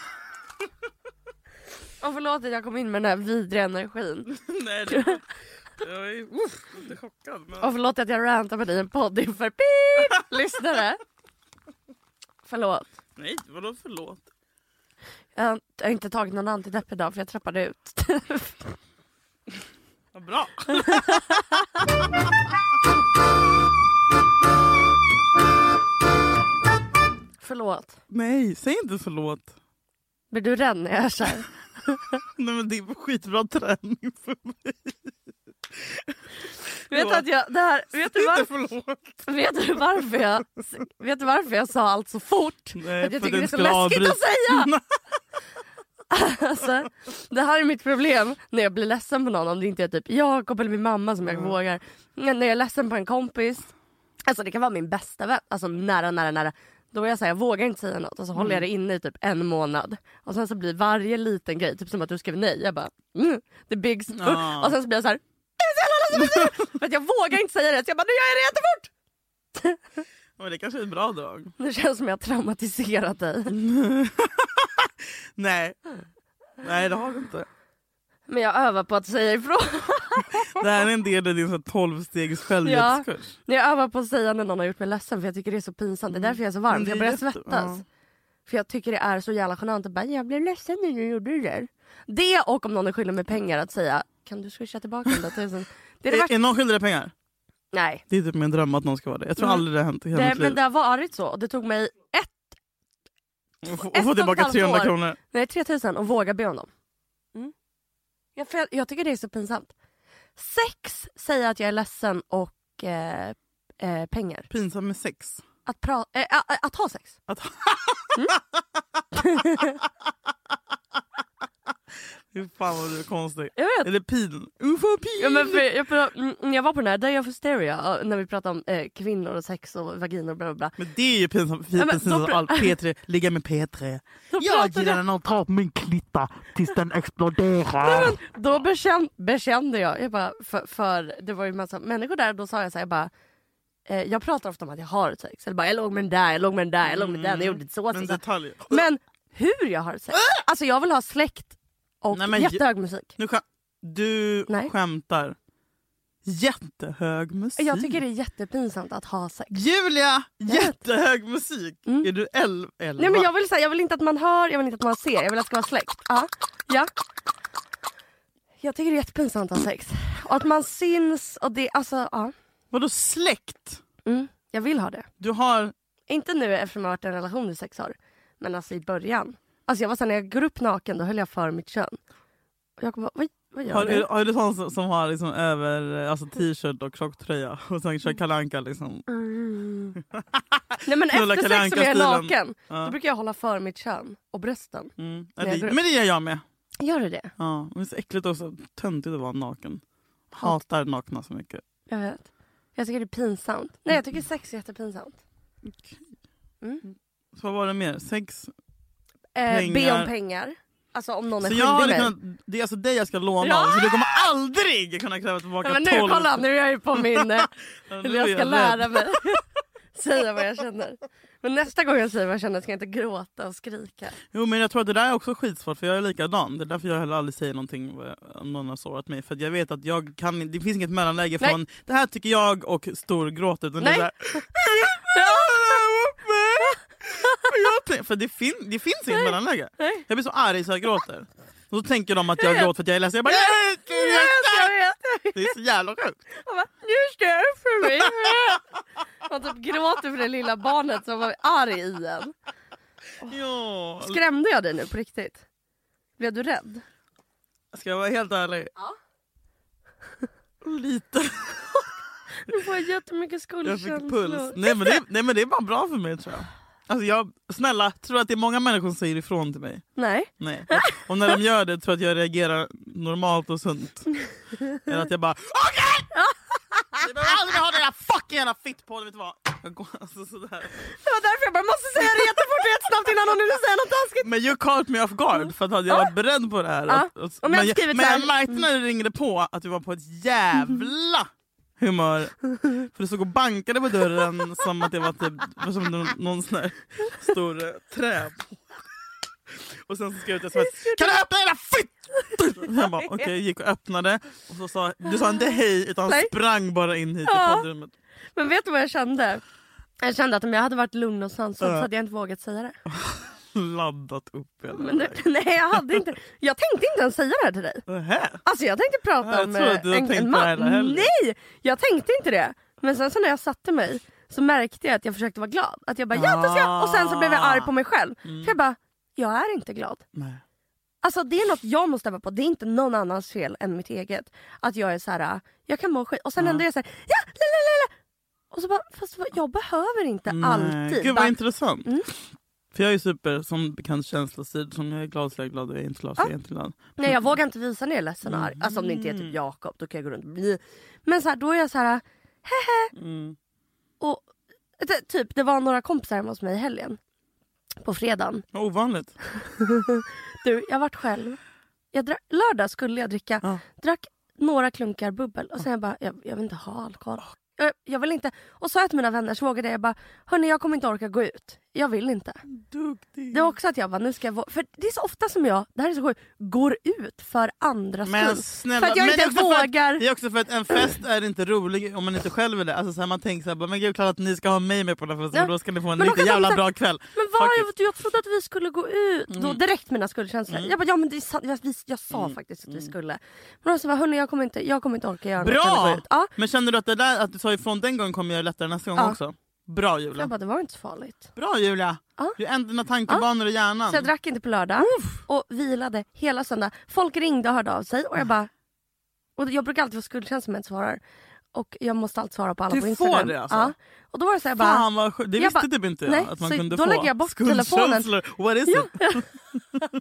Speaker 3: Och förlåt att jag kom in med den här vidriga energin.
Speaker 2: Nej, det, jag är uff, lite chockad.
Speaker 3: Och
Speaker 2: Men,
Speaker 3: förlåt att jag rantar med dig i en podd inför pip! Lyssnare. Förlåt.
Speaker 2: nej, vadå förlåt?
Speaker 3: Jag har jag har inte tagit någon antidepp idag för jag trappade ut.
Speaker 2: Vad bra.
Speaker 3: förlåt.
Speaker 2: Nej, säg inte förlåt.
Speaker 3: Blir du rädd när jag är såhär?
Speaker 2: Nej, men det är skitbra träning för mig.
Speaker 3: Vet du att jag, det här, vet du
Speaker 2: Inte
Speaker 3: varför,
Speaker 2: förlåt.
Speaker 3: vet du varför jag, vet du varför jag sa allt så fort?
Speaker 2: Nej,
Speaker 3: Typ. att jag
Speaker 2: för
Speaker 3: tycker
Speaker 2: den
Speaker 3: det är så
Speaker 2: skulle
Speaker 3: läskigt
Speaker 2: avbryta.
Speaker 3: att säga! alltså, det här är mitt problem när jag blir ledsen på någon om det inte är typ Jakob eller min mamma som jag
Speaker 2: Mm.
Speaker 3: vågar. Men när jag är ledsen på en kompis, alltså det kan vara min bästa vän, alltså nära nära nära. Då är jag såhär, jag vågar inte säga något och så håller jag det
Speaker 2: Mm.
Speaker 3: inne i typ en månad. Och sen så blir varje liten grej, typ som att du skrev nej, jag bara mm, the big st-
Speaker 2: Ja.
Speaker 3: Och sen så blir jag såhär, för att jag vågar inte säga det så jag bara, nu gör jag det jättefort!
Speaker 2: Ja, men det kanske är ett bra drag.
Speaker 3: Det känns som jag har traumatiserat dig.
Speaker 2: Mm. Nej. Nej, det har du inte.
Speaker 3: Men jag övar på att säga ifrån.
Speaker 2: Det här är en del av din så här 12-stegs självhjälpskurs.
Speaker 3: När jag övar på att säga när någon har gjort mig ledsen för jag tycker det är så pinsamt. Det är därför jag är så varm.
Speaker 2: Men Mm, det
Speaker 3: För jag börjar
Speaker 2: är jätte-
Speaker 3: svettas.
Speaker 2: ja.
Speaker 3: För jag tycker det är så jävla genant att bara jag blev ledsen när du gjorde det där. Det och om någon är skyldig mig pengar att säga kan du swisha tillbaka den där tusen? Det är det
Speaker 2: Är,
Speaker 3: värsta.
Speaker 2: är någon skyldig dig pengar?
Speaker 3: Nej.
Speaker 2: Det är typ min dröm att någon ska vara det. Jag tror
Speaker 3: Mm.
Speaker 2: aldrig det har hänt i hela
Speaker 3: Det,
Speaker 2: mitt
Speaker 3: men
Speaker 2: liv.
Speaker 3: det har varit så och det tog mig ett,
Speaker 2: Och få-
Speaker 3: ett
Speaker 2: och
Speaker 3: och
Speaker 2: få
Speaker 3: ett
Speaker 2: tillbaka
Speaker 3: halvt
Speaker 2: 300
Speaker 3: år.
Speaker 2: kronor.
Speaker 3: nej 3000 och våga be om dem. Mm. Jag, för jag, jag tycker det är så pinsamt. Sex säger att jag är ledsen och eh, eh, pengar.
Speaker 2: Pinsamt med sex.
Speaker 3: Att, pra- eh, a- a- att ha sex.
Speaker 2: Hur fan vad du är konstig.
Speaker 3: Jag vet.
Speaker 2: Eller pin. Ufo pin!
Speaker 3: Ja, men för, jag, pra- mm, jag var på den här Day of Hysteria och när vi pratade om eh, kvinnor och sex och vaginor och bla bla bla.
Speaker 2: Men det är ju pinsamt.
Speaker 3: Ja,
Speaker 2: Ja,
Speaker 3: men
Speaker 2: precis
Speaker 3: då
Speaker 2: som
Speaker 3: pr-
Speaker 2: allt. P3, ligga med P3.
Speaker 3: Då,
Speaker 4: Jag
Speaker 3: pratade-
Speaker 4: gillar när någon tar på min klitta tills den exploderar.
Speaker 3: då bekände, bekände jag, jag bara, för, för det var ju en massa människor där, då sa jag så här, jag bara eh, jag pratar ofta om att jag har sex. Eller bara, jag låg med den där, jag låg med den där, jag låg med den, jag gjorde inte så.
Speaker 2: Mm. Men
Speaker 3: så, så.
Speaker 2: detaljer.
Speaker 3: Men hur jag har sex. Alltså jag vill ha släkt och
Speaker 2: Nej, men-
Speaker 3: jättehög musik.
Speaker 2: Nu skäm- du
Speaker 3: Nej.
Speaker 2: skämtar. Jättehög musik.
Speaker 3: Jag tycker det är jättepinsamt att ha sex.
Speaker 2: Julia! Jättehög musik.
Speaker 3: Mm.
Speaker 2: Är du el- elva?
Speaker 3: Nej men jag vill, säga, jag vill inte att man hör, jag vill inte att man ser, jag vill att det ska vara släkt. Ja. ja. Jag tycker det är jättepinsamt att ha sex. Och att man syns och det, alltså ja.
Speaker 2: Vadå släkt?
Speaker 3: Mm. Jag vill ha det.
Speaker 2: Du har...
Speaker 3: Inte nu eftersom jag har varit i en relation i sex år. Men alltså i början. Alltså jag var såhär, när jag går upp naken då höll jag för mitt kön. Och jag bara, vad, vad gör
Speaker 2: Har,
Speaker 3: du?
Speaker 2: är, har du sån som, som har liksom över eh, alltså, t-shirt och tjocktröja och sen kör Kalle Anka liksom?
Speaker 3: Mm. Nej men
Speaker 2: Knulla
Speaker 3: efter sex om
Speaker 2: Kalle
Speaker 3: jag är
Speaker 2: Anka-stilen.
Speaker 3: naken. Då
Speaker 2: Ja.
Speaker 3: brukar jag hålla för mitt kön och brösten.
Speaker 2: Mm. Ja,
Speaker 3: Nej,
Speaker 2: det,
Speaker 3: bra.
Speaker 2: men det gör jag med.
Speaker 3: Gör du det?
Speaker 2: Ja, men det är så äckligt och så töntigt att vara naken. Hatar nakna så mycket.
Speaker 3: Jag vet. Jag tycker det är pinsamt. Nej jag tycker sex är jättepinsamt. Mm.
Speaker 2: Så vad var det mer? Sex?
Speaker 3: Eh, be om
Speaker 2: Pengar.
Speaker 3: pengar. Alltså om någon är
Speaker 2: Så
Speaker 3: skyldig
Speaker 2: jag hade
Speaker 3: mig.
Speaker 2: kunnat, det är alltså dig jag ska låna
Speaker 3: Ja!
Speaker 2: av, så du kommer aldrig kunna kräva tillbaka
Speaker 3: Nej, men nu,
Speaker 2: 12.
Speaker 3: kolla, nu är jag ju på min... eh,
Speaker 2: Ja, nu
Speaker 3: Eller jag
Speaker 2: är
Speaker 3: ska
Speaker 2: rädd.
Speaker 3: lära mig säga vad jag känner. Men nästa gång jag säger vad jag känner ska jag inte gråta och skrika.
Speaker 2: Jo men jag tror att det där är också skitsvårt för jag är likadan. Det är därför jag heller aldrig säger någonting vad jag- om någon har sårat mig. För att jag vet att jag kan, det finns inget mellanläge
Speaker 3: Nej.
Speaker 2: från det här tycker jag och storgråt. Utan
Speaker 3: Nej.
Speaker 2: det är där, för det, fin, det finns inget mellanläge.
Speaker 3: Nej.
Speaker 2: Jag blir så arg så jag gråter. Och så tänker de att jag
Speaker 3: vet.
Speaker 2: gråter för att jag är ledsen. Jag bara, "Nej, det är
Speaker 3: Yes, jag
Speaker 2: ledsen."
Speaker 3: vet! Jag vet.
Speaker 2: det är så jävla sjukt.
Speaker 3: Jag bara, nu ska jag upp för mig. Man typ gråter för det lilla barnet som var arg i en.
Speaker 2: Ja.
Speaker 3: Skrämde jag dig nu på riktigt? Blev du rädd?
Speaker 2: Ska jag vara helt ärlig?
Speaker 3: Ja.
Speaker 2: Lite.
Speaker 3: Nu får jag jättemycket
Speaker 2: Jag
Speaker 3: skuldkänslor.
Speaker 2: fick puls. Nej men, det, nej men det är bara bra för mig tror jag. Alltså jag snälla, tror du att det är många människor som säger ifrån till mig?
Speaker 3: Nej.
Speaker 2: Nej. Och när de gör det tror jag att jag reagerar normalt och sunt. Eller att jag bara OKEJ! Ni behöver aldrig ha den där fucking jävla fittpodden, vet du vad? Jag går, alltså, sådär.
Speaker 3: Det var därför jag bara måste säga det jättefort och jättesnabbt innan någon hinner säga något taskigt.
Speaker 2: Men you caught me off guard för att hade jag varit beredd på det här. att-
Speaker 3: Ja.
Speaker 2: att-
Speaker 3: Om jag
Speaker 2: men,
Speaker 3: skrivit
Speaker 2: jag,
Speaker 3: så
Speaker 2: men
Speaker 3: här-
Speaker 2: jag märkte när du ringde på att du var på ett jävla humör. För du stod och bankade på dörren som att det var typ, som någon, någon sån här stor eh, trä. Och sen så skrev jag till sms. Kan du öppna era fitt? Jag bara okej, gick och öppnade. Och så sa, du sa inte hej utan
Speaker 3: Nej.
Speaker 2: sprang bara in hit
Speaker 3: Ja.
Speaker 2: i poddrummet.
Speaker 3: Men vet du vad jag kände? Jag kände att om jag hade varit lugn och sansad så
Speaker 2: Ja.
Speaker 3: hade jag inte vågat säga det.
Speaker 2: Laddat upp hela
Speaker 3: Men
Speaker 2: vägen.
Speaker 3: det nej, jag hade inte. Jag tänkte inte ens säga det här till dig.
Speaker 2: Nähä.
Speaker 3: Alltså jag tänkte prata
Speaker 2: Ja, jag
Speaker 3: om
Speaker 2: tror
Speaker 3: eh,
Speaker 2: att du har
Speaker 3: en,
Speaker 2: tänkt
Speaker 3: en
Speaker 2: på det hela
Speaker 3: man.
Speaker 2: helgen.
Speaker 3: Nej, jag tänkte inte det. Men sen så när jag satte mig så märkte jag att jag försökte vara glad.
Speaker 2: Ah. Mm.
Speaker 3: Att jag bara ja, då ska jag. Och sen så blev jag arg på mig själv. För jag bara, jag är inte glad.
Speaker 2: Nej.
Speaker 3: Alltså det är något jag måste öva på. Det är inte någon annans fel än mitt eget. Att jag är så här, äh, jag kan må skit och sen ändå är jag så här, ja, la, la, la, la. Och så bara, fast vad- jag behöver inte alltid.
Speaker 2: Gud
Speaker 3: bara, Mm.
Speaker 2: vad intressant. För jag är super som bekant känslostyrd. Som jag är glad så jag är glad och jag är inte glad
Speaker 3: Ah.
Speaker 2: så jag är inte glad.
Speaker 3: Nej jag vågar inte visa när jag är ledsen och arg. Alltså om det inte är typ Jakob, då kan jag gå runt och bli. Men så här, då är jag så här,
Speaker 2: Mm.
Speaker 3: och det, typ det var några kompisar hemma hos mig i helgen. På fredagen.
Speaker 2: Vad Ovanligt.
Speaker 3: Du, jag varit själv. Jag drack, lördag skulle jag dricka.
Speaker 2: Ja.
Speaker 3: Drack några klunkar bubbel och sen jag bara, jag, jag vill inte ha alkohol. Jag, jag vill inte. Och sa jag till mina vänner så vågade jag, jag bara, hörni jag kommer inte orka gå ut. Jag vill inte.
Speaker 2: Duktig.
Speaker 3: Det var också att jag bara, nu ska jag vå-" För det är så ofta som jag, det här är så sjukt, går ut för andras
Speaker 2: Men
Speaker 3: skull.
Speaker 2: snälla,
Speaker 3: För att jag
Speaker 2: men
Speaker 3: inte
Speaker 2: också för att-
Speaker 3: vågar.
Speaker 2: Det är också för att en fest är inte rolig om man inte själv är det. Alltså så här, man tänker så här, bara, men gud klart att ni ska ha mig med på den här festen
Speaker 3: Ja.
Speaker 2: och då ska ni få en
Speaker 3: Men då
Speaker 2: riktigt
Speaker 3: kan de
Speaker 2: jävla
Speaker 3: så
Speaker 2: bra kväll.
Speaker 3: Men
Speaker 2: Fuck
Speaker 3: vad,
Speaker 2: it. Mm.
Speaker 3: jag, jag trodde att vi skulle gå ut. Då direkt mina skuldkänslor. Jag bara, ja men det är sant. Jag, vi, jag sa faktiskt att vi skulle. Men de sa, bara, hörni jag kommer inte, jag kommer inte orka göra något. Jag vill gå
Speaker 2: Mm. Bra!
Speaker 3: ut. Ja.
Speaker 2: Men känner du att det där att du sa ifrån den gången kommer göra det lättare nästa gång
Speaker 3: Ja.
Speaker 2: också? Bra
Speaker 3: Jag
Speaker 2: Julia!
Speaker 3: bara, det var inte så farligt.
Speaker 2: Bra Julia!
Speaker 3: Ja.
Speaker 2: Du ändrar dina tankebanor i hjärnan.
Speaker 3: Så jag drack inte på lördag och vilade hela söndag. Folk ringde och hörde av sig och jag bara... Och jag brukar alltid få skuldkänslor men jag inte svarar. Och jag måste alltid svara på alla
Speaker 2: Du
Speaker 3: på
Speaker 2: får
Speaker 3: Instagram.
Speaker 2: det alltså?
Speaker 3: Ja. Och då var det så här bara...
Speaker 2: Fan vad sjukt, det
Speaker 3: Jag
Speaker 2: visste
Speaker 3: bara,
Speaker 2: typ inte jag
Speaker 3: nej,
Speaker 2: att man
Speaker 3: så
Speaker 2: kunde
Speaker 3: då
Speaker 2: få.
Speaker 3: lägger jag bort
Speaker 2: Skuldkänslor.
Speaker 3: telefonen.
Speaker 2: What is it?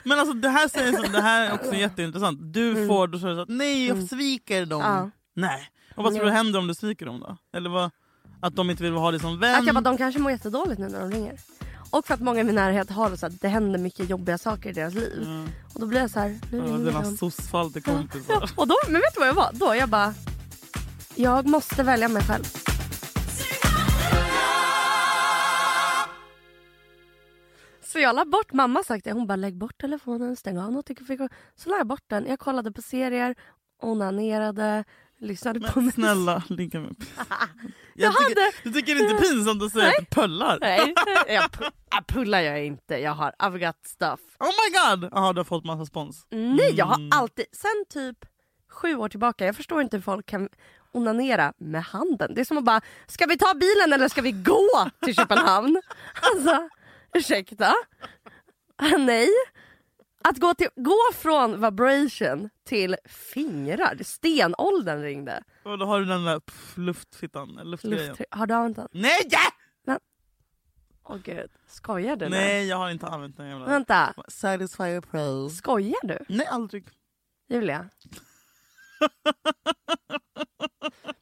Speaker 2: Men alltså det här säger så, det här är också jätteintressant. Du får då säger du så att nej jag sviker dem.
Speaker 3: Mm. Ja.
Speaker 2: Nej. Och vad tror du händer om du sviker dem då? Eller vad? Att de inte vill ha dig som vän?
Speaker 3: Att jag bara, de kanske mår jättedåligt nu när de ringer. Och för att många i min närhet har det så att det händer mycket jobbiga saker i deras liv. Och då blir jag så här, nu
Speaker 2: Mm. Ja,
Speaker 3: ringer
Speaker 2: Dina
Speaker 3: de.
Speaker 2: sossfall till
Speaker 3: Ja,
Speaker 2: kompisar.
Speaker 3: och då, men vet du vad jag var? Då jag bara, jag måste välja mig själv. Så jag la bort, mamma sagt det, hon bara lägg bort telefonen, stäng av notifikationen. Så la jag bort den, jag kollade på serier, onanerade, lyssnade på
Speaker 2: Men
Speaker 3: musik.
Speaker 2: snälla, ligga med jag
Speaker 3: Jag
Speaker 2: tycker,
Speaker 3: hade-
Speaker 2: Du tycker det är inte pinsamt att säga att du pöllar?
Speaker 3: Nej, jag pu- jag pullar jag inte, jag har I've got stuff.
Speaker 2: Oh my god! Jaha, du har fått massa spons.
Speaker 3: Nej, jag har alltid, sen typ sju år tillbaka, jag förstår inte hur folk kan onanera med handen. Det är som att bara, ska vi ta bilen eller ska vi gå till Köpenhamn? Alltså, ursäkta? Nej. Att gå, till, gå från vibration till fingrar, stenåldern ringde.
Speaker 2: Och då har du den där pff, luftfittan, eller luftgrejen.
Speaker 3: Luft, har du använt den?
Speaker 2: Nej!
Speaker 3: Åh gud, skojar du nu?
Speaker 2: Nej, jag har inte använt den jävla...
Speaker 3: Vänta,
Speaker 2: Satisfyer Pro.
Speaker 3: skojar du?
Speaker 2: Nej, aldrig.
Speaker 3: Julia?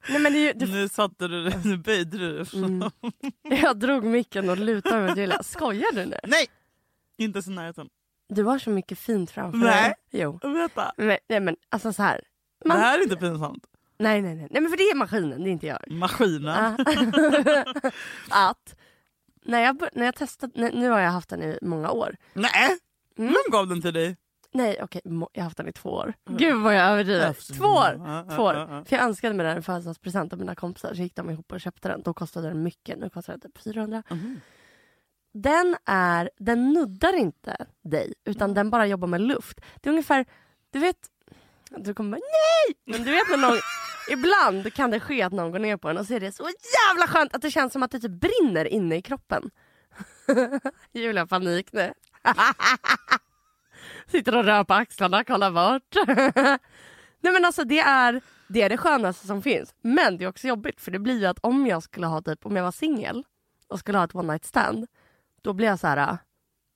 Speaker 3: Nej men det är ju, du Mm.
Speaker 2: Nu satte du dig, nu böjde du dig.
Speaker 3: Jag drog micken och lutade mig till Julia. Skojar du nu?
Speaker 2: Nej! Inte ens i närheten.
Speaker 3: Du har så mycket fint framför
Speaker 2: Nej.
Speaker 3: dig. Jo.
Speaker 2: Vänta.
Speaker 3: Men, nej men alltså så här. Man,
Speaker 2: Det här är inte pinsamt.
Speaker 3: Nej nej nej. Nej men för det är maskinen, det är inte jag. Ah.
Speaker 2: Maskinen.
Speaker 3: Att när jag, bör- när jag testat, nej, nu har jag haft den i många år.
Speaker 2: Nej!
Speaker 3: Mm.
Speaker 2: Vem gav den till dig?
Speaker 3: Nej okej, må- jag har haft den i två år. Gud vad jag överdriver. Två år!
Speaker 2: Mm. Alltså, Ja,
Speaker 3: Två
Speaker 2: ja, ja, ja.
Speaker 3: år. För jag önskade mig den i födelsedagspresent av mina kompisar så gick de ihop och köpte den. Då kostade den mycket, nu kostar den typ 400.
Speaker 2: Mhm.
Speaker 3: Den, är, den nuddar inte dig utan den bara jobbar med luft. Det är ungefär, du vet, du kommer bara nej! Men du vet när någon, ibland kan det ske att någon går ner på en och så är det så jävla skönt att det känns som att det typ brinner inne i kroppen. Julia har panik nu. Sitter och rör på axlarna, kollar bort. Nej men alltså det är, det är det skönaste som finns. Men det är också jobbigt för det blir ju att om jag skulle ha typ, om jag var singel och skulle ha ett one night stand. Då blir jag så här, "Ah,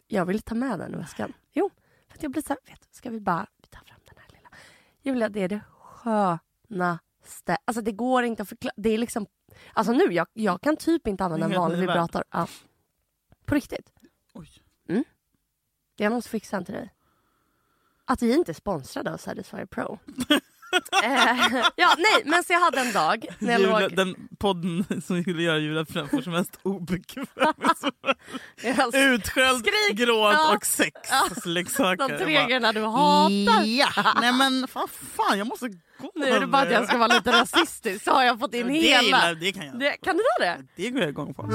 Speaker 3: jag vill ta med den i väskan. Jo, för att jag blir så här, vet du, ska vi bara ta fram den här lilla. Julia det är det skönaste. Alltså det går inte att förklara. Det är liksom, alltså nu, jag, jag kan typ inte använda en
Speaker 2: Inget
Speaker 3: vanlig
Speaker 2: i världen.
Speaker 3: vibrator. Ja. På riktigt.
Speaker 2: Oj.
Speaker 3: Jag måste fixa en till dig. Att vi inte är sponsrade av Satisfyer Pro. eh, ja, nej, men så jag hade en dag när jag
Speaker 2: Julia,
Speaker 3: låg...
Speaker 2: Den podden som skulle göra Julia framför som mest obekväm.
Speaker 3: Jag-
Speaker 2: Utskälld,
Speaker 3: Skrik!
Speaker 2: gråt
Speaker 3: Ja.
Speaker 2: och sex. Leksaker.
Speaker 3: de
Speaker 2: Jag
Speaker 3: tre
Speaker 2: bara,
Speaker 3: grejerna du hatar.
Speaker 2: Ja, nej men fan, fan jag måste gå.
Speaker 3: Nu är det bara att jag ska vara lite rasistisk så har jag fått in
Speaker 2: det
Speaker 3: hela.
Speaker 2: gillar- det kan jag.
Speaker 3: Det, kan du ta det?
Speaker 2: Det går jag igång på.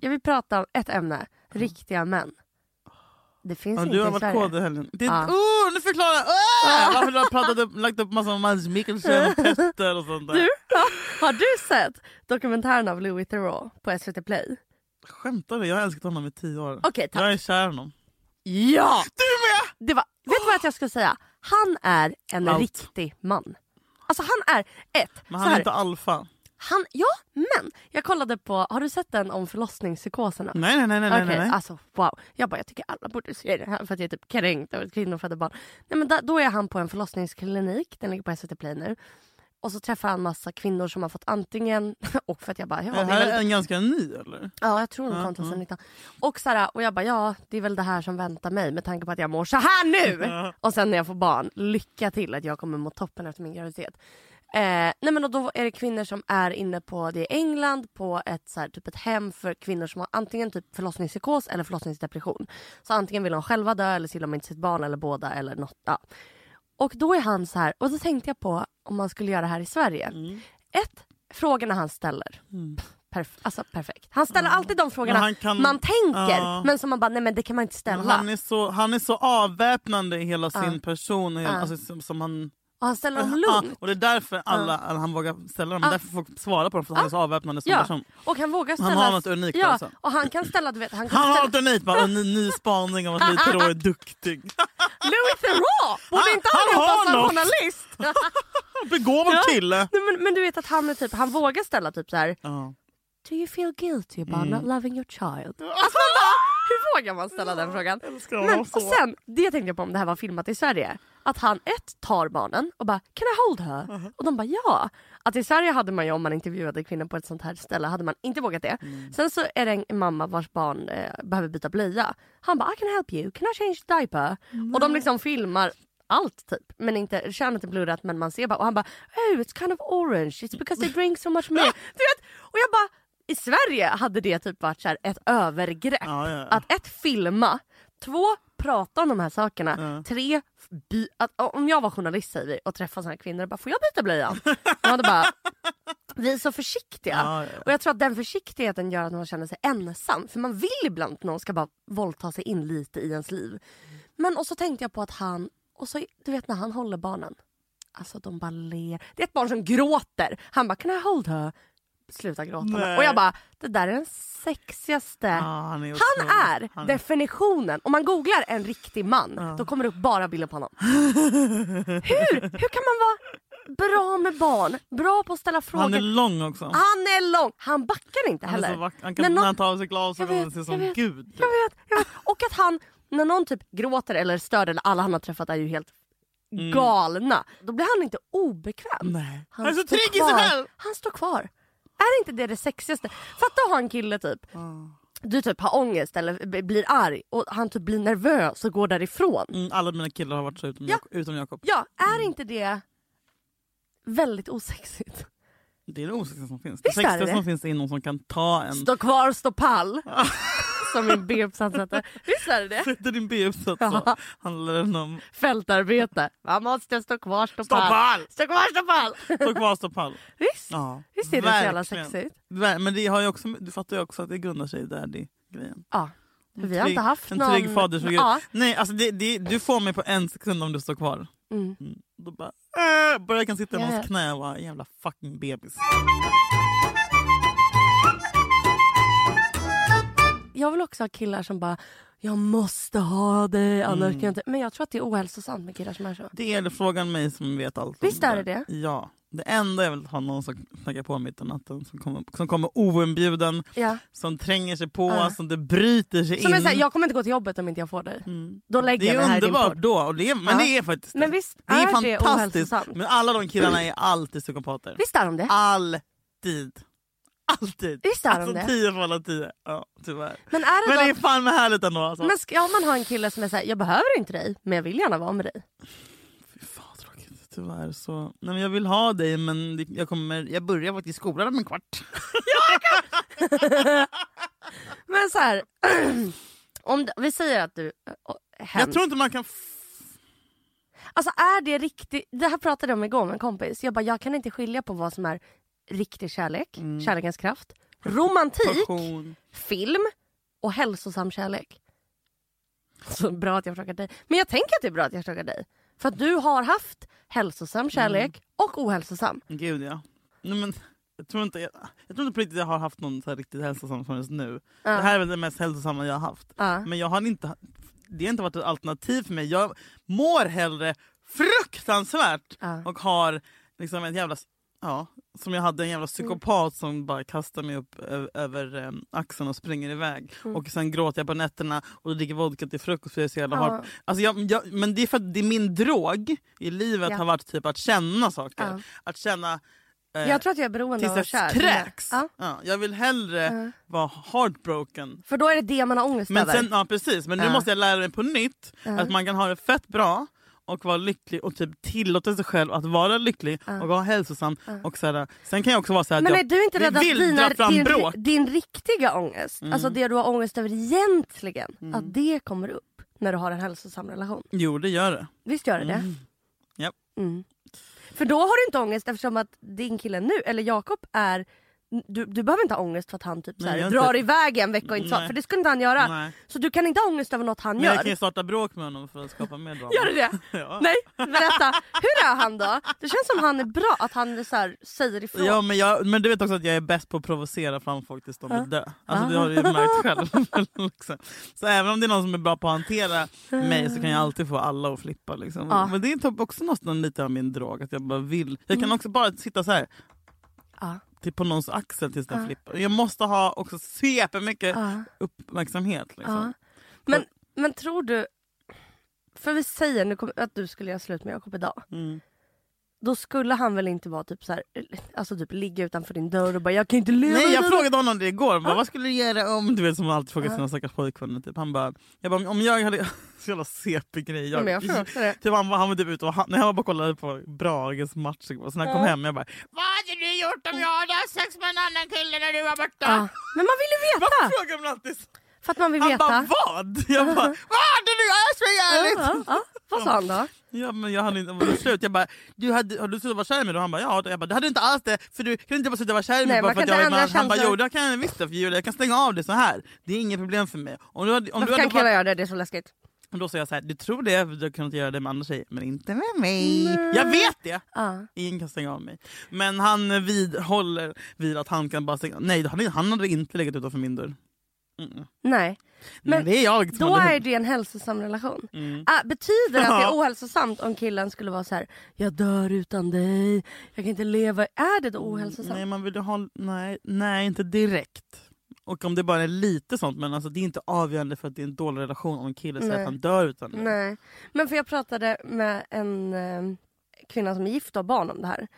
Speaker 3: Jag vill prata om ett ämne. Riktiga män. Det finns
Speaker 2: Ja,
Speaker 3: inte
Speaker 2: du har
Speaker 3: i
Speaker 2: varit
Speaker 3: Sverige.
Speaker 2: kåt i helgen. Det,
Speaker 3: Ja.
Speaker 2: oh, nu förklarar jag! Ah, varför du har pratat upp, lagt upp massa om Mads Mikkelsen och Petter och sånt där.
Speaker 3: Du? Ja. Har du sett dokumentären av Louis Theroux på SVT Play?
Speaker 2: Skämtar du? Jag har älskat honom i tio år.
Speaker 3: Okej, tack.
Speaker 2: Jag är kär i honom.
Speaker 3: Ja!
Speaker 2: Du med!
Speaker 3: Det var, vet du vad jag skulle säga? Han är en
Speaker 2: Allt.
Speaker 3: riktig man. Alltså han är ett.
Speaker 2: Men
Speaker 3: så
Speaker 2: han
Speaker 3: här,
Speaker 2: är inte alfa.
Speaker 3: han, ja, men jag kollade på, har du sett den om förlossningspsykoserna?
Speaker 2: Nej, nej, nej. nej,
Speaker 3: Okej,
Speaker 2: nej, nej.
Speaker 3: alltså wow. Jag bara, jag tycker alla borde se det här för att jag är typ kränkt över att kvinnor föder barn. Nej, men da, då är han på en förlossningsklinik, den ligger på SVT Play nu. Och så träffar han massa kvinnor som har fått antingen, och för att jag bara, ja, det
Speaker 2: Är
Speaker 3: är
Speaker 2: det här
Speaker 3: väl,
Speaker 2: en ganska ny eller?
Speaker 3: ja jag tror hon
Speaker 2: Ja,
Speaker 3: kom 2019. Och, så här, och jag bara, ja det är väl det här som väntar mig med tanke på att jag mår så här nu.
Speaker 2: Ja.
Speaker 3: Och sen när jag får barn, lycka till att jag kommer må toppen efter min graviditet. Eh, nej men och då är det kvinnor som är inne på, det är England, på ett, så här, typ ett hem för kvinnor som har antingen typ förlossningspsykos eller förlossningsdepression. Så antingen vill de själva dö eller så vill de inte sitt barn eller båda eller något. Ja. Och då är han så här, och då tänkte jag på om man skulle göra det här i Sverige.
Speaker 2: Mm.
Speaker 3: Ett, frågorna han ställer. Perf- alltså perfekt. Han ställer alltid de frågorna
Speaker 2: han kan-
Speaker 3: man tänker
Speaker 2: Ja.
Speaker 3: men som man bara, nej men det kan man inte ställa.
Speaker 2: Men Han är, så, han är så avväpnande i hela sin person. och hela-
Speaker 3: Ja.
Speaker 2: Alltså, som, som han,
Speaker 3: Och han ställer dem
Speaker 2: ja,
Speaker 3: lugnt.
Speaker 2: och det är därför alla, alla han vågar ställa dem.
Speaker 3: Ja.
Speaker 2: Därför folk svarar på dem, för att han är så avväpnande som
Speaker 3: Ja,
Speaker 2: person.
Speaker 3: och han vågar
Speaker 2: Han
Speaker 3: ställa...
Speaker 2: har något unikt
Speaker 3: ja,
Speaker 2: alltså.
Speaker 3: och han kan ställa... Du vet, han kan
Speaker 2: Han har
Speaker 3: ställa...
Speaker 2: inte unikt, bara en ny, ny spaning om att Louis Theroux är duktig.
Speaker 3: Louis Theroux! Borde
Speaker 2: Han-
Speaker 3: inte han,
Speaker 2: han har
Speaker 3: jobba som
Speaker 2: något.
Speaker 3: journalist?
Speaker 2: Begåvad
Speaker 3: Ja.
Speaker 2: kille!
Speaker 3: Nej, men, men du vet att han är typ, han vågar ställa typ så här.
Speaker 2: Ja.
Speaker 3: Do you feel guilty about not
Speaker 2: Mm.
Speaker 3: loving your child? Alltså man bara, hur vågar man ställa den frågan?
Speaker 2: älskar honom
Speaker 3: Men,
Speaker 2: så.
Speaker 3: och sen, det tänkte jag på om det här var filmat i Sverige. Att han ett tar barnen och bara “Can I hold her?” och de bara “Ja”. Att i Sverige hade man ju, om man intervjuade kvinnor på ett sånt här ställe, hade man inte vågat det. Sen så är det en mamma vars barn eh, behöver byta blöja. Han bara “I can help you, can I change the diaper?” Och de liksom filmar allt typ, men inte, könet är blurrat men man ser bara och han bara “Oh it's kind of orange, it's because they drink so much milk”. Du vet, och jag bara i Sverige hade det typ varit så här ett övergrepp.
Speaker 2: Ja, ja, ja.
Speaker 3: Att ett, filma. Två, prata om de här sakerna. Tre, by- att, om jag var journalist säger vi och träffade såna här kvinnor och bara “får jag byta blöjan?” De hade bara “vi är så försiktiga”.
Speaker 2: Ja, ja, ja.
Speaker 3: Och jag tror att den försiktigheten gör att man känner sig ensam. För man vill ibland att någon ska bara våldta sig in lite i ens liv. Men och så tänkte jag på att han, och så, du vet när han håller barnen. Alltså de bara ler. Det är ett barn som gråter. Han bara “can I hold her?” Sluta gråta.
Speaker 2: Nej.
Speaker 3: Och jag bara, det där är den sexigaste
Speaker 2: Ja, han är,
Speaker 3: han
Speaker 2: otrolig.
Speaker 3: är
Speaker 2: Han
Speaker 3: definitionen. Om man googlar en riktig man, då kommer det upp bara bilder på honom. Hur? Hur kan man vara bra med barn, bra på att ställa frågor?
Speaker 2: Han är lång också.
Speaker 3: Han är lång. Han backar inte
Speaker 2: Han, är
Speaker 3: Ah, heller.
Speaker 2: så vacker. han kan,
Speaker 3: När
Speaker 2: när
Speaker 3: någon-
Speaker 2: han tar av sig glasögonen
Speaker 3: Jag vet,
Speaker 2: ser
Speaker 3: jag
Speaker 2: som
Speaker 3: vet,
Speaker 2: gud.
Speaker 3: Jag vet, jag vet. Och att han, när någon typ gråter eller stör eller alla han har träffat är ju helt
Speaker 2: Mm.
Speaker 3: galna. Då blir han inte obekväm.
Speaker 2: Nej. Han är så
Speaker 3: står
Speaker 2: trygg i sig
Speaker 3: kvar.
Speaker 2: själv.
Speaker 3: Han står kvar. Är inte det det sexigaste? Fatta att ha en kille typ. Du typ har ångest eller b- blir arg och han typ blir nervös och går därifrån.
Speaker 2: Mm, alla mina killar har varit så utom,
Speaker 3: Ja.
Speaker 2: Jak- utom Jakob.
Speaker 3: Ja,
Speaker 2: Mm.
Speaker 3: är inte det väldigt osexigt?
Speaker 2: Det är det osexiga som finns.
Speaker 3: Visst är
Speaker 2: det sexiga
Speaker 3: det
Speaker 2: som
Speaker 3: det?
Speaker 2: finns är någon som kan ta en.
Speaker 3: Stå kvar, stå pall. Som min B-uppsats heter. Visst är det det?
Speaker 2: Sätter din B-uppsats så
Speaker 3: Ja.
Speaker 2: handlar den om
Speaker 3: Fältarbete. Man måste stå kvar, stå
Speaker 2: stå
Speaker 3: pall.
Speaker 2: pall!
Speaker 3: Stå kvar, stå pall.
Speaker 2: Stå kvar, stå pall.
Speaker 3: Visst?
Speaker 2: Ja,
Speaker 3: Visst är det så jävla
Speaker 2: verkligen.
Speaker 3: sexigt?
Speaker 2: Ver- Men det har ju också, du fattar ju också att det grundar sig i daddy-grejen.
Speaker 3: Ja. För vi har
Speaker 2: Trygg-
Speaker 3: inte haft
Speaker 2: en
Speaker 3: någon...
Speaker 2: trygg fadersfigur.
Speaker 3: Ja.
Speaker 2: Nej, alltså det, det, du får mig på en sekund om du står kvar.
Speaker 3: Mm.
Speaker 2: Då bara, äh, bara jag kan sitta i
Speaker 3: Ja,
Speaker 2: någons
Speaker 3: ja.
Speaker 2: knä och vara en jävla fucking bebis.
Speaker 3: Jag vill också ha killar som bara “jag måste ha dig,
Speaker 2: Mm.
Speaker 3: annars kan jag inte”. Men jag tror att det är ohälsosamt med killar som är så.
Speaker 2: Det är det frågan mig som vet allt. om
Speaker 3: Visst är det
Speaker 2: där. Ja. Det enda jag vill ha någon som knackar på mitt i natten som kommer, som kommer oinbjuden,
Speaker 3: Ja.
Speaker 2: som tränger sig på,
Speaker 3: Ja.
Speaker 2: som det bryter sig
Speaker 3: Som är
Speaker 2: in.
Speaker 3: såhär, jag kommer inte gå till jobbet om inte jag får dig.
Speaker 2: Mm.
Speaker 3: Då lägger
Speaker 2: Det
Speaker 3: jag mig
Speaker 2: är
Speaker 3: här i din
Speaker 2: underbart
Speaker 3: podd.
Speaker 2: då, och det är, men
Speaker 3: Ja.
Speaker 2: det är faktiskt
Speaker 3: Men visst
Speaker 2: det är,
Speaker 3: är det
Speaker 2: fantastiskt.
Speaker 3: ohälsosamt?
Speaker 2: men alla de killarna är alltid psykopater.
Speaker 3: Visst är de det?
Speaker 2: Alltid. Alltid.
Speaker 3: Visst är de
Speaker 2: alltså
Speaker 3: det?
Speaker 2: tio på alla tio. Ja, tyvärr.
Speaker 3: Men är det
Speaker 2: Men det
Speaker 3: då...
Speaker 2: är fan med härligt ändå alltså.
Speaker 3: Men ska ja, man ha en kille som är såhär, jag behöver inte dig, men jag vill gärna vara med dig.
Speaker 2: Fy fan vad tråkigt. Tyvärr så. Nej, men jag vill ha dig men det- jag, kommer, jag börjar faktiskt skolan om en kvart.
Speaker 3: Men såhär, om d- vi säger att du...
Speaker 2: Jag tror inte man kan... f-
Speaker 3: Alltså är det riktigt, det här pratade jag om igår med en kompis. Jag bara, jag kan inte skilja på vad som är riktig kärlek, kärlekens kraft, romantik,
Speaker 2: Mm. Passion.
Speaker 3: film och hälsosam kärlek. Så bra att jag frågar dig. Men jag tänker att det är bra att jag frågar dig.
Speaker 2: Mm.
Speaker 3: För att du har haft hälsosam kärlek och ohälsosam.
Speaker 2: Gud ja. Nej, men, Jag tror inte, jag, jag tror inte på riktigt jag har haft någon så här riktigt hälsosam förrän nu. Det här är väl det mest hälsosamma jag har haft.
Speaker 3: Ja.
Speaker 2: Men jag har inte, det har inte varit ett alternativ för mig. Jag mår hellre fruktansvärt
Speaker 3: Ja.
Speaker 2: och har liksom en jävla... Ja, som jag hade en
Speaker 3: Mm.
Speaker 2: jävla psykopat som bara kastar mig upp ö- över eh, axeln och springer iväg.
Speaker 3: Mm.
Speaker 2: Och sen gråter jag på nätterna och dricker vodka till frukost för jag är så jävla
Speaker 3: Ja.
Speaker 2: harp. Alltså jag, jag, men det är för att det är min drog i livet
Speaker 3: Ja.
Speaker 2: har varit typ att känna saker.
Speaker 3: Ja.
Speaker 2: Att känna eh,
Speaker 3: Jag tror att jag är beroende
Speaker 2: tills
Speaker 3: av att
Speaker 2: jag
Speaker 3: vara kär.
Speaker 2: kräks.
Speaker 3: Ja.
Speaker 2: Ja, jag vill hellre vara heartbroken
Speaker 3: För då är det det man har ångest
Speaker 2: men
Speaker 3: över.
Speaker 2: sen, ja, precis. Men nu
Speaker 3: Ja.
Speaker 2: måste jag lära mig på nytt
Speaker 3: Ja.
Speaker 2: att man kan ha det fett bra och vara lycklig och typ tillåta sig själv att vara lycklig och vara hälsosam. Och så här, sen kan jag också vara så här att
Speaker 3: Men
Speaker 2: jag
Speaker 3: är du inte rädd att
Speaker 2: vill
Speaker 3: dina,
Speaker 2: dra fram
Speaker 3: din,
Speaker 2: bråk. Mm.
Speaker 3: din riktiga ångest, alltså det du har ångest över egentligen, att det kommer upp när du har en hälsosam relation?
Speaker 2: Jo, det gör det.
Speaker 3: Visst gör det det?
Speaker 2: Japp.
Speaker 3: Mm. För då har du inte ångest eftersom att din kille nu, eller Jakob, är... Du, du behöver inte ha ångest för att han typ så
Speaker 2: jag
Speaker 3: här,
Speaker 2: har
Speaker 3: drar
Speaker 2: inte-
Speaker 3: iväg en vecka och inte sa,
Speaker 2: Nej.
Speaker 3: För det skulle inte han göra.
Speaker 2: Nej.
Speaker 3: Så du kan inte ha ångest över något han
Speaker 2: Men
Speaker 3: gör.
Speaker 2: jag kan ju starta bråk med honom för att skapa mer drama.
Speaker 3: Gör du det?
Speaker 2: Ja.
Speaker 3: Nej, berätta. Hur är han då? Det känns som han är bra, att han så här, säger ifrån.
Speaker 2: Ja, men, jag, men du vet också att jag är bäst på att provocera fram folk tills de vill dö. Alltså, det har du ju märkt själv. liksom. Så även om det är någon som är bra på att hantera mig så kan jag alltid få alla att flippa. Liksom.
Speaker 3: Mm. Ja.
Speaker 2: Men det är typ också nästan lite av min drag. Att jag, bara vill. jag
Speaker 3: Mm.
Speaker 2: kan också bara sitta så här
Speaker 3: Ja.
Speaker 2: till typ på någons axel tills den flippar. Jag måste ha också supermycket
Speaker 3: Ja.
Speaker 2: uppmärksamhet. Liksom.
Speaker 3: ah, Men, men tror du... För vi säger nu kom- att du skulle göra slut med Jakob idag.
Speaker 2: Mm.
Speaker 3: Då skulle han väl inte vara typ så här, alltså typ ligga utanför din dörr och bara jag kan inte leva
Speaker 2: Nej, jag
Speaker 3: utan-
Speaker 2: frågade honom det igår. Bara, Vad skulle du göra om... Du vet som man alltid frågar sina stackars pojkvänner. Typ. Han bara, jag bara, om jag hade... Så jävla CP-grej.
Speaker 3: Nej, men jag frågar också det.
Speaker 2: Typ han, var- han var typ ute och han, när jag var bara kollade på Brages match igår, så när han kom hem jag bara
Speaker 5: Vad hade du gjort om jag hade haft sex med en annan kille när du var borta?
Speaker 3: Ja. Men man vill ju
Speaker 2: Varför
Speaker 3: veta!
Speaker 2: frågar man alltid så?
Speaker 3: För att man vill
Speaker 2: Han
Speaker 3: veta.
Speaker 2: bara vad? Jag bara vad hade du gjort? Så
Speaker 3: Ja,
Speaker 2: jävligt!
Speaker 3: ja. Vad sa han då?
Speaker 2: Ja men jag hann inte, det var slut. Jag bara du hade, har du slutat vara kär i mig då? Han bara ja. Jag bara det hade du inte alls det för du kunde inte bara sluta vara kär i mig
Speaker 3: Nej, man
Speaker 2: bara för
Speaker 3: kan
Speaker 2: att jag
Speaker 3: inte
Speaker 2: är med
Speaker 3: ändra
Speaker 2: honom." Han bara
Speaker 3: känslor.
Speaker 2: jo det kan jag visst det för Julia jag kan stänga av det så här. Det är inget problem för mig. Om du hade, om du
Speaker 3: Varför kan
Speaker 2: hade
Speaker 3: killar
Speaker 2: varit,
Speaker 3: göra det? Det är så läskigt.
Speaker 2: och då säger jag så här du tror det för du kan inte göra det med andra tjejer men inte med mig. Jag vet det!
Speaker 3: Ja.
Speaker 2: Ingen kan stänga av mig. Men han vidhåller vid att han kan bara stänga Nej, han, han hade inte legat utanför min dör.
Speaker 3: Nej.
Speaker 2: Men
Speaker 3: Men
Speaker 2: det är jag som
Speaker 3: Då
Speaker 2: hade- Mm.
Speaker 3: är det ju en hälsosam relation. Ah, betyder det att det är ohälsosamt om killen skulle vara så här: jag dör utan dig, jag kan inte leva. Är det då ohälsosamt?
Speaker 2: Mm, Nej, man vill ju ha... nej, nej, inte direkt. Och om det bara är lite sånt, men alltså, det är inte avgörande för att det är en dålig relation om en kille säger
Speaker 3: Nej.
Speaker 2: att han dör utan det.
Speaker 3: Nej, men för jag pratade med en eh, kvinna som är gift och har barn om det här.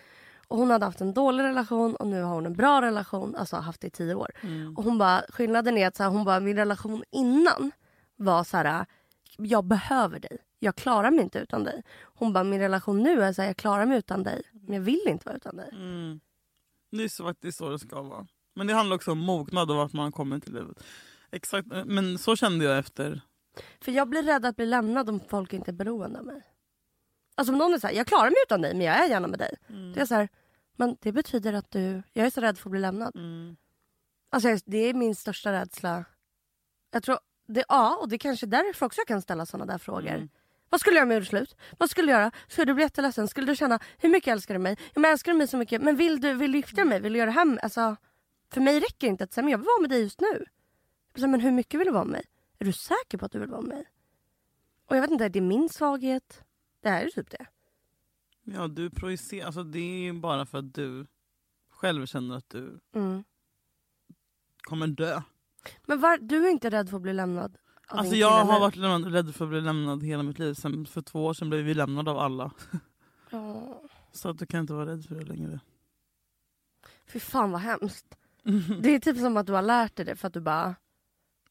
Speaker 3: Och hon hade haft en dålig relation och nu har hon en bra relation, alltså har haft det i tio år.
Speaker 2: Mm.
Speaker 3: Och hon bara, skillnaden är att så här, hon bara, min relation innan var så här, jag behöver dig. Jag klarar mig inte utan dig. Hon bara, min relation nu är så här, jag klarar mig utan dig, men jag vill inte vara utan dig.
Speaker 2: Mm. Det är så faktiskt så det ska vara. Men det handlar också om mognad och vart man har kommit till livet. Exakt, eh, men så kände jag efter.
Speaker 3: För jag blir rädd att bli lämnad om folk inte är beroende av mig. Alltså om någon är såhär, jag klarar mig utan dig men jag är gärna med dig.
Speaker 2: Mm.
Speaker 3: Då är jag såhär, men det betyder att du, jag är så rädd för att bli lämnad.
Speaker 2: Mm.
Speaker 3: Alltså jag- det är min största rädsla. Jag tror, det, ja och det är kanske är därför också jag kan ställa sådana där frågor.
Speaker 2: Mm.
Speaker 3: Vad skulle jag göra med gjorde slut? Vad skulle jag göra? Skulle du bli jätteledsen? Skulle du känna, hur mycket älskar du mig? Ja, men älskar du mig så mycket? Men vill du, vill du gifta dig med mig? Vill du göra det här med? Alltså, för mig räcker det inte att säga, men jag vill vara med dig just nu. Så, här, men hur mycket vill du vara med mig? Är du säker på att du vill vara med mig? Och jag vet inte, det är min svaghet. Det här är ju typ det.
Speaker 2: Ja, du projicerar. Alltså, det är ju bara för att du själv känner att du
Speaker 3: Mm.
Speaker 2: kommer dö.
Speaker 3: Men var, du är inte rädd för att bli lämnad? av
Speaker 2: Alltså
Speaker 3: din
Speaker 2: jag
Speaker 3: kille
Speaker 2: har
Speaker 3: nu?
Speaker 2: varit lämnad, rädd för att bli lämnad hela mitt liv. Sen för två år sedan blev vi lämnade av alla.
Speaker 3: Ja.
Speaker 2: Så att du kan inte vara rädd för det längre.
Speaker 3: Fy fan vad hemskt. Det är typ som att du har lärt dig det för att du bara...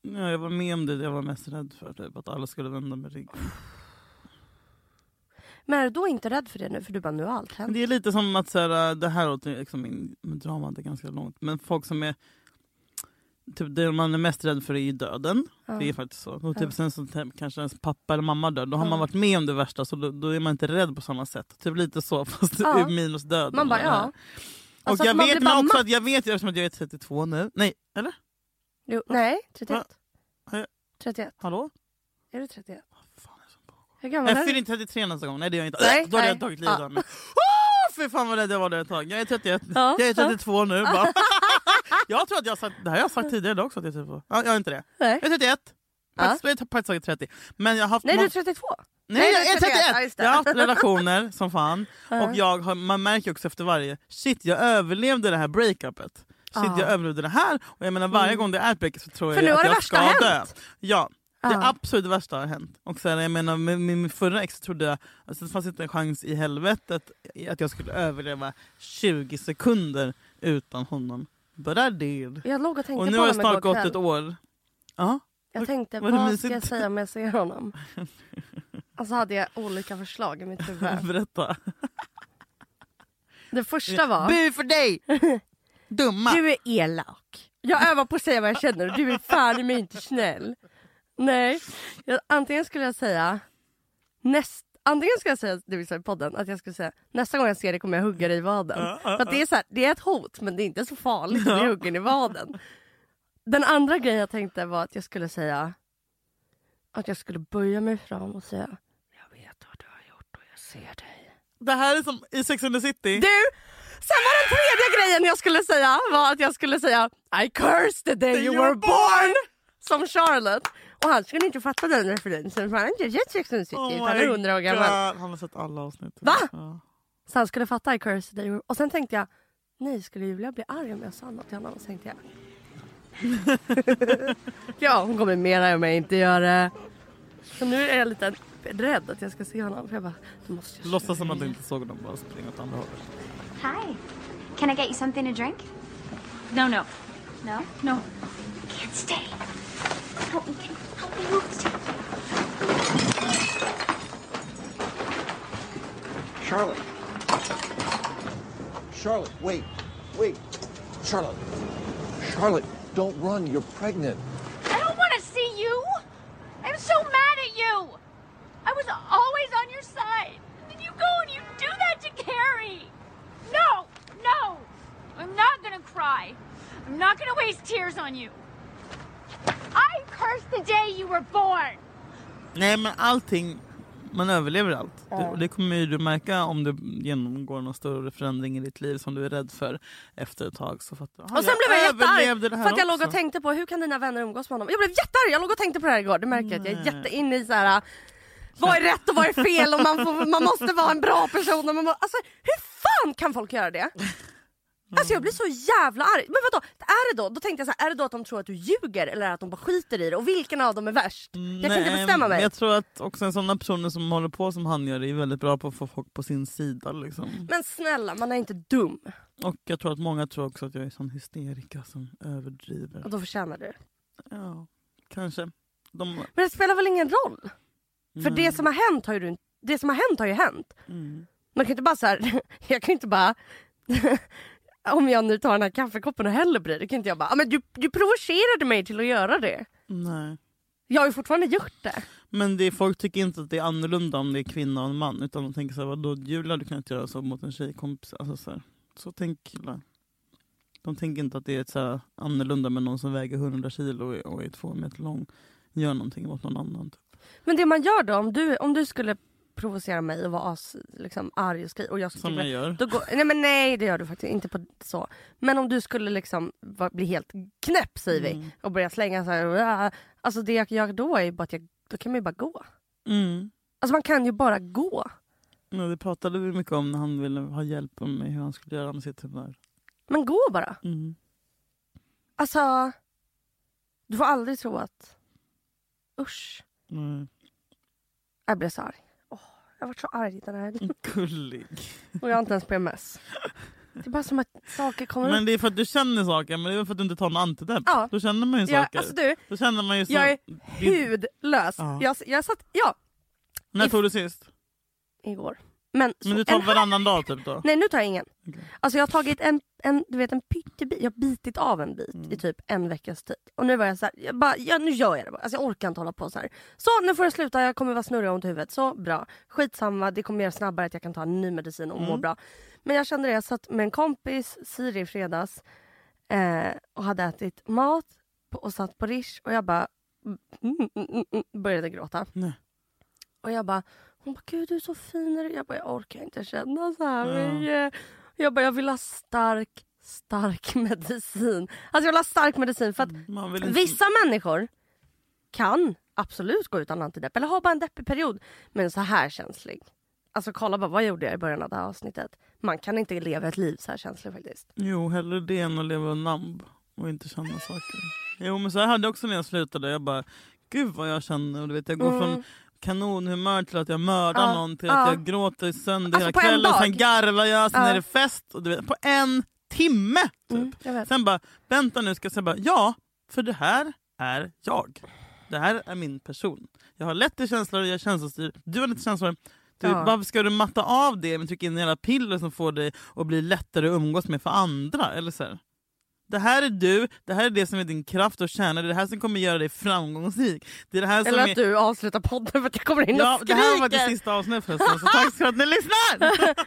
Speaker 2: Ja, jag var med om det jag var mest rädd för. Typ, att alla skulle vända mig ryggen.
Speaker 3: Men är du då inte rädd för det nu? För du bara, nu har allt
Speaker 2: Men
Speaker 3: hänt.
Speaker 2: Det är lite som att så här, det här låter ju liksom min, min drama det är ganska långt. Men folk som är Typ det man är mest rädd för är ju döden. Det är faktiskt så. Och typ sen så te- kanske ens pappa eller mamma dör. Då har man varit med om det värsta så då, då är man inte rädd på samma sätt. Typ lite så fast
Speaker 3: Ja.
Speaker 2: ur minus döden.
Speaker 3: Man bara,
Speaker 2: och det här.
Speaker 3: ja.
Speaker 2: Och
Speaker 3: Alltså att
Speaker 2: jag
Speaker 3: man
Speaker 2: vet
Speaker 3: blir
Speaker 2: men
Speaker 3: bara
Speaker 2: också
Speaker 3: matt.
Speaker 2: att jag vet eftersom att jag är 32 nu. Nej, eller?
Speaker 3: Jo, nej, 31.
Speaker 2: Va? Ja.
Speaker 3: 31.
Speaker 2: Hallå?
Speaker 3: Är du 31?
Speaker 2: Vad fan är det som pågår?
Speaker 3: Hur gammal
Speaker 2: Jag
Speaker 3: är
Speaker 2: fyller
Speaker 3: du?
Speaker 2: inte 33 nästa gång. Nej det gör jag inte.
Speaker 3: Nej,
Speaker 2: Då hade
Speaker 3: nej.
Speaker 2: jag tagit livet
Speaker 3: Ja.
Speaker 2: av mig. fy fan vad rädd jag var där ett tag. Jag är, 31,
Speaker 3: Ja,
Speaker 2: jag är
Speaker 3: ja.
Speaker 2: 32 nu. Bara. jag tror att jag har sagt, det här har jag sagt tidigare idag också. Att jag, är 32. ja, jag är inte det.
Speaker 3: Nej.
Speaker 2: Jag är 31.
Speaker 3: Ja.
Speaker 2: Jag är faktiskt säkert 30. Men jag har haft
Speaker 3: Nej,
Speaker 2: mång-
Speaker 3: du är 32.
Speaker 2: Nej,
Speaker 3: Nej,
Speaker 2: jag är 31!
Speaker 3: Ja, just det.
Speaker 2: jag har haft relationer som fan. Och jag har, man märker också efter varje, shit jag överlevde det här breakupet. Shit
Speaker 3: Ja. Mm.
Speaker 2: jag överlevde det här. Och jag menar varje gång det är ett breakup så tror
Speaker 3: För
Speaker 2: jag
Speaker 3: nu
Speaker 2: ju
Speaker 3: har
Speaker 2: att
Speaker 3: det
Speaker 2: jag
Speaker 3: värsta
Speaker 2: ska
Speaker 3: hänt.
Speaker 2: dö. Ja, det
Speaker 3: Ja.
Speaker 2: absolut värsta har hänt. Och sen, jag menar med med min förra ex trodde jag, alltså, det fanns inte en chans i helvetet att jag skulle överleva 20 sekunder utan honom. But I did.
Speaker 3: Jag låg och tänkte
Speaker 2: Och nu
Speaker 3: på
Speaker 2: har det
Speaker 3: honom
Speaker 2: snart
Speaker 3: igår
Speaker 2: gått
Speaker 3: kväll.
Speaker 2: ett år. Ja,
Speaker 3: Jag tänkte,
Speaker 2: var det
Speaker 3: vad ska
Speaker 2: mysigt?
Speaker 3: jag säga om jag ser honom? Och så hade jag olika förslag i mitt huvud.
Speaker 2: berätta.
Speaker 3: Det första var...
Speaker 2: Bu för dig! Dumma!
Speaker 3: Du är elak. Jag övar på att säga vad jag känner och du är fan i mig inte snäll. Nej, jag, antingen skulle jag säga... Näst, antingen skulle jag säga, det vill säga i podden, att jag skulle säga nästa gång jag ser dig kommer jag hugga dig i vaden. För att det, är så här, det är ett hot men det är inte så farligt att bli huggen i vaden. Den andra grejen jag tänkte var att jag skulle säga att jag skulle böja mig fram och säga jag vet vad du har gjort och jag ser dig.
Speaker 2: Det här är som i Sex and the City.
Speaker 3: Du! Sen var den tredje grejen jag skulle säga var att jag skulle säga I curse the day you were born! Som Charlotte. Och han skulle inte fatta den referensen för han har inte sett Sex and the City.
Speaker 2: Oh
Speaker 3: han
Speaker 2: my
Speaker 3: är hundra år gammal.
Speaker 2: God, Han har sett alla avsnitt.
Speaker 3: Va?
Speaker 2: Ja.
Speaker 3: Så han skulle fatta I curse the day you were Och sen tänkte jag nej skulle Julia bli arg om jag sa något till honom? Och så tänkte jag ja hon kommer mer arg om jag inte gör det. Så nu är jag lite rädd att jag ska se honom. För jag bara, då måste jag
Speaker 2: Låtsas som att du inte såg dem, bara springa åt andra hållet.
Speaker 6: Hi. Can I get you something to drink?
Speaker 7: No, no.
Speaker 6: No?
Speaker 7: No.
Speaker 6: Can't stay. Help me. Can you help me move the table?
Speaker 8: Charlotte. Charlotte, wait. Wait. Charlotte. Charlotte, don't run. You're pregnant.
Speaker 7: I don't want to see you. I'm so mad at you. I was always on your side. And then you go and you do that to Carrie. No, no. I'm not going to cry. I'm not going to waste tears on you. I curse the day you were born.
Speaker 2: Nej men allting, man överlever allt. Det, och det kommer ju du märka om du genomgår någon större förändring i ditt liv som du är rädd för efter ett tag. Så fattar du. "Ah,
Speaker 3: Och sen blev jag
Speaker 2: överlevde det
Speaker 3: jättearg
Speaker 2: här
Speaker 3: för att jag låg
Speaker 2: också."
Speaker 3: och tänkte på hur kan dina vänner umgås med honom? Jag blev jättearg, jag låg och tänkte på det här igår. Du märker att jag är jätteinne i så här. äh, vad är rätt och vad är fel och man, får, man måste vara en bra person. Och man må, alltså, hur fan kan folk göra det?
Speaker 2: Mm.
Speaker 3: Alltså jag blir så jävla arg. Men vadå, är det då? Då tänkte jag så här, är det då att de tror att du ljuger eller att de bara skiter i det? Och vilken av dem är värst? jag kan inte
Speaker 2: Nej,
Speaker 3: bestämma
Speaker 2: men
Speaker 3: mig.
Speaker 2: Jag tror att också en sån person som håller på som han gör är väldigt bra på att få folk på sin sida. Liksom.
Speaker 3: Men snälla, man är inte dum.
Speaker 2: Och jag tror att många tror också att jag är sån hysterika som överdriver.
Speaker 3: Och då förtjänar du.
Speaker 2: Ja, kanske. De,
Speaker 3: Men det spelar väl ingen roll? För
Speaker 2: Nej.
Speaker 3: det som har hänt har ju, du- det som har hänt har ju hänt.
Speaker 2: Mm.
Speaker 3: Man kan ju inte bara så här, jag kan ju inte bara om jag nu tar den här kaffekoppen och häller på dig, då kan inte jag bara, "Ah, men du, du provocerade mig till att göra det.
Speaker 2: nej.
Speaker 3: Jag har ju fortfarande gjort det.
Speaker 2: Men det är, folk tycker inte att det är annorlunda om det är kvinna och en man. Utan de tänker såhär, vadå Julia du kan inte göra så mot en tjejkompis. Alltså, så, här. så tänker killar. De tänker inte att det är ett, så här, annorlunda med någon som väger 100 kilo och är- och är två meter lång. Gör någonting mot någon annan. Typ.
Speaker 3: Men det man gör då, om du, om du skulle provocera mig och vara as, liksom, arg och skri, och jag skulle
Speaker 2: Som jag gör.
Speaker 3: Då går, nej men nej det gör du faktiskt inte på så. Men om du skulle liksom va- bli helt knäpp säger
Speaker 2: Mm.
Speaker 3: vi och börja slänga så här. "Uah." Alltså det jag gör då är ju bara att jag, då kan man ju bara gå.
Speaker 2: Mm.
Speaker 3: Alltså man kan ju bara gå.
Speaker 2: Ja, det pratade vi mycket om när han ville ha hjälp om hur han skulle göra med sitt humör.
Speaker 3: Men gå bara.
Speaker 2: Mm.
Speaker 3: Alltså du får aldrig tro att usch.
Speaker 2: Mm.
Speaker 3: Jag blev så arg. Åh, jag har varit så arg den här helgen.
Speaker 2: Gullig.
Speaker 3: och jag har inte ens PMS. Det är bara som att saker kommer
Speaker 2: Men
Speaker 3: upp.
Speaker 2: det är för att du känner saker, men det är för att du inte tar någon antidepp.
Speaker 3: Mm. Ja.
Speaker 2: Då känner man ju
Speaker 3: Jag,
Speaker 2: saker.
Speaker 3: alltså du,
Speaker 2: Då känner man ju så...
Speaker 3: jag är
Speaker 2: Din-
Speaker 3: hudlös.
Speaker 2: Ja.
Speaker 3: Jag, jag satt, ja,
Speaker 2: När tog du sist?
Speaker 3: igår. Men,
Speaker 2: Men
Speaker 3: så-
Speaker 2: du tar
Speaker 3: en
Speaker 2: varannan dag typ då?
Speaker 3: Nej nu tar jag ingen.
Speaker 2: Okej.
Speaker 3: Alltså jag har tagit en, en, du vet, en pyttebit, jag har bitit av en bit
Speaker 2: Mm.
Speaker 3: i typ en veckas tid. Och nu var jag så här, jag bara, ja, nu gör jag det bara. Alltså jag orkar inte hålla på så här. Så nu får jag sluta, jag kommer vara snurrig och ont i huvudet. Så bra. Skitsamma, det kommer göra snabbare att jag kan ta en ny medicin och
Speaker 2: Mm.
Speaker 3: må bra. Men jag kände det, jag satt med en kompis, Siri i fredags eh, och hade ätit mat på- och satt på Rish och jag bara mm, mm, mm, mm, började gråta.
Speaker 2: Nej.
Speaker 3: Och Och jag bara, hon bara, gud du är så fin. är du?" Jag bara, jag orkar inte känna så här mycket. Jag bara, jag vill ha stark, stark medicin. Alltså jag vill ha stark medicin för att
Speaker 2: Mm. Man vill inte...
Speaker 3: Vissa människor kan absolut gå utan antidepp eller ha bara en deppig period. Men så här känslig. Alltså kolla bara vad jag gjorde jag i början av det här avsnittet. Man kan inte leva ett liv så här känslig faktiskt.
Speaker 2: Jo, hellre det än att leva namb och inte känna saker. Jo, men så här hade jag också när jag slutade. Jag bara, gud vad jag känner. Och du vet, jag går från kanonhumör till att jag mördar
Speaker 3: Mm. Ja,
Speaker 2: någon till att
Speaker 3: ja.
Speaker 2: jag gråter sönder
Speaker 3: Alltså, på
Speaker 2: hela
Speaker 3: en
Speaker 2: kvällen.
Speaker 3: dag.
Speaker 2: Sen garvar jag, sen
Speaker 3: Ja. Mm.
Speaker 2: är det fest. Och du vet, på en timme! Typ.
Speaker 3: Jag vet.
Speaker 2: Sen bara, vänta nu ska jag säga bara, ja, för det här är jag. Det här är min person. Jag har lätt till känslor, jag är känslostyrd. Du har lite känslor. Du,
Speaker 3: Ja.
Speaker 2: Varför ska du matta av det med att trycka in hela piller som får dig att bli lättare att umgås med för andra? Eller så här. Det här är du, det här är det som är din kraft och kärna, det är det här som kommer göra dig framgångsrik. Det är det här som
Speaker 3: Eller
Speaker 2: är...
Speaker 3: att du avslutar podden för att jag kommer in och
Speaker 2: Ja, det här var det
Speaker 3: skriker.
Speaker 2: sista avsnittet förresten, så tack för att ni lyssnar!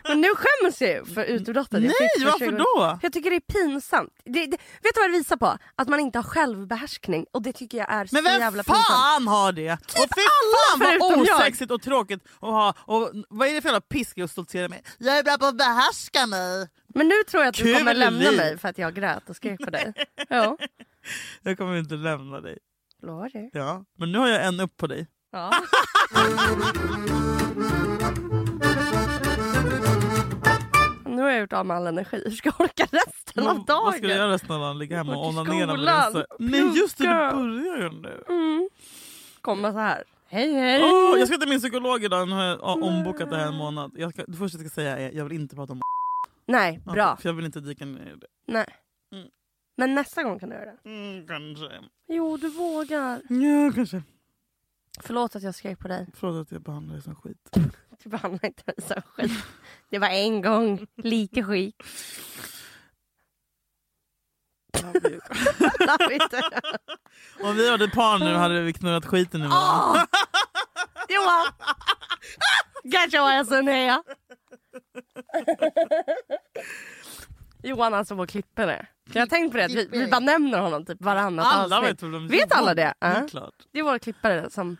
Speaker 3: Men nu skäms jag ju för utbrottet.
Speaker 2: Nej,
Speaker 3: jag fick för
Speaker 2: varför
Speaker 3: 20
Speaker 2: då?
Speaker 3: Jag tycker det är pinsamt. Det, det, vet du vad det visar på? Att man inte har självbehärskning. Och det tycker jag är
Speaker 2: Men
Speaker 3: så
Speaker 2: vem
Speaker 3: jävla pinsamt. Typ
Speaker 2: fan har det? och fy fan vad
Speaker 3: förutom jag.
Speaker 2: osexigt och tråkigt att ha. Och vad är det för jävla piska att stoltsera med? Jag är bra på att behärska mig.
Speaker 3: Men nu tror jag att du
Speaker 2: Kul
Speaker 3: kommer lämna
Speaker 2: liv.
Speaker 3: mig för att jag grät och skrek på dig. Ja,
Speaker 2: Jag kommer inte lämna dig.
Speaker 3: lovar det.
Speaker 2: Ja. Men nu har jag en upp på dig.
Speaker 3: Ja. Nu har jag gjort av med all energi. Hur ska jag orka resten av dagen?
Speaker 2: Mm, Vad ska du göra resten av dagen? Ligga hemma och
Speaker 3: Gå till
Speaker 2: onanera? med
Speaker 3: skolan,
Speaker 2: Lisa? Nej just det, du
Speaker 3: plugga. Mm.
Speaker 2: börjar ju nu.
Speaker 3: Komma så här. Hej hej.
Speaker 2: Åh, jag ska till min psykolog idag, nu har jag ja, ombokat det här en
Speaker 3: Mm.
Speaker 2: månad. Jag ska, det första jag ska säga är jag vill inte prata om
Speaker 3: Nej, bra.
Speaker 2: För jag vill inte dyka ner i det.
Speaker 3: Nej.
Speaker 2: Mm.
Speaker 3: Men nästa gång kan du göra det.
Speaker 2: Mm, kanske.
Speaker 3: Jo, du vågar.
Speaker 2: Ja, kanske.
Speaker 3: Förlåt att jag skrek på dig.
Speaker 2: Förlåt att jag behandlar dig som skit.
Speaker 3: Du behandlar inte mig som skit. Det var en gång. Lite skit. Love it.
Speaker 2: Om vi hade par nu hade vi knullat skiten nu.
Speaker 3: Åh! Johan! Kanske var jag så nära. Johan alltså vår klippare. Jag har tänkt på det, att vi, vi bara nämner honom typ varannat
Speaker 2: Alla
Speaker 3: avsnitt.
Speaker 2: vet vem de
Speaker 3: Vet alla det? Ah.
Speaker 2: är
Speaker 3: Ja.
Speaker 2: klart.
Speaker 3: Det är vår klippare som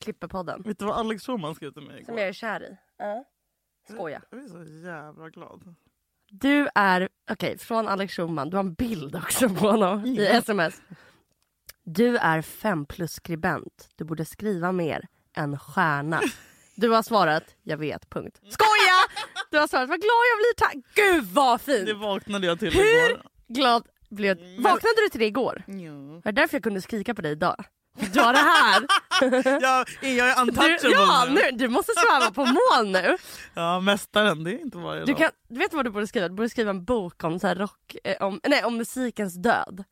Speaker 3: klipper podden.
Speaker 2: Vet du vad Alex Schulman skrev till mig igår?
Speaker 3: Som jag är kär i. Ja. Skoja.
Speaker 2: Jag är så jävla glad.
Speaker 3: Du är, okej från Alex Schulman, du har en bild också på honom i sms. Du är fem plus skribent, du borde skriva mer, en stjärna. Du har svarat, jag vet, punkt. Skoja! Du har svarat, vad glad jag blir, tack. Gud vad
Speaker 2: Det
Speaker 3: fint!
Speaker 2: vaknade jag till
Speaker 3: Hur
Speaker 2: igår.
Speaker 3: glad blev Vaknade du till det igår?
Speaker 2: Ja.
Speaker 3: Var det därför jag kunde skrika på dig idag? Du har det här.
Speaker 2: Jag, jag är
Speaker 3: Du,
Speaker 2: untouchable
Speaker 3: ja,
Speaker 2: nu.
Speaker 3: nu, du måste sväva på moln nu.
Speaker 2: Ja, mästaren, det är inte varje
Speaker 3: Du,
Speaker 2: dag.
Speaker 3: kan, du vet vad du borde skriva? Du borde skriva en bok om, så här rock, eh, om, nej, om musikens död.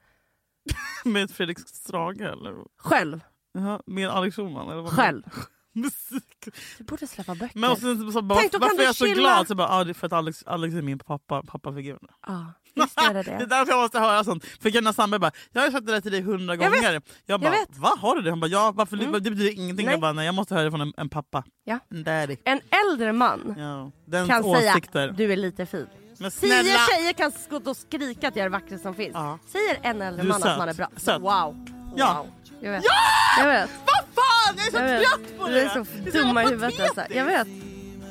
Speaker 2: Med Fredrik Strage eller?
Speaker 3: Själv.
Speaker 2: Jaha, med Alex Schulman? Eller vad?
Speaker 3: Själv.
Speaker 2: Musik.
Speaker 3: Du borde släppa böcker.
Speaker 2: Men och sen, så, bara,
Speaker 3: Tänk, då kan
Speaker 2: varför
Speaker 3: du
Speaker 2: är jag så
Speaker 3: chilla.
Speaker 2: glad? Så bara, ah, det är för att Alex, Alex är min pappa, pappafigur. nu.
Speaker 3: Ja, visst är det
Speaker 2: Det är
Speaker 3: det.
Speaker 2: därför jag måste höra sånt. För Gunnar Sandberg bara, jag har sagt det där till dig hundra
Speaker 3: Jag vet.
Speaker 2: gånger. Jag bara,
Speaker 3: vet. Mm.
Speaker 2: vad har du det? Han bara, ja, varför, det betyder ingenting.
Speaker 3: Nej.
Speaker 2: Jag bara, nej jag måste höra det från en, en pappa.
Speaker 3: Ja.
Speaker 2: En daddy.
Speaker 3: En äldre man
Speaker 2: Ja. Dens
Speaker 3: kan
Speaker 2: åsikter.
Speaker 3: säga du är lite fin.
Speaker 2: Men
Speaker 3: Tio
Speaker 2: snälla!
Speaker 3: tjejer kan gå och skrika att jag är vackrast som finns.
Speaker 2: Ja.
Speaker 3: Säger en äldre
Speaker 2: Du är
Speaker 3: man att
Speaker 2: söt.
Speaker 3: man är bra.
Speaker 2: Söt.
Speaker 3: Wow.
Speaker 2: Ja.
Speaker 3: wow. Jag vet. Ja! Jag vet.
Speaker 2: Ah! Vad fan! Jag är så
Speaker 3: Jag
Speaker 2: trött
Speaker 3: vet.
Speaker 2: på det!
Speaker 3: Vi är så
Speaker 2: Det jävla
Speaker 3: dumma i huvudet
Speaker 2: patetiskt.
Speaker 3: alltså. Jag vet.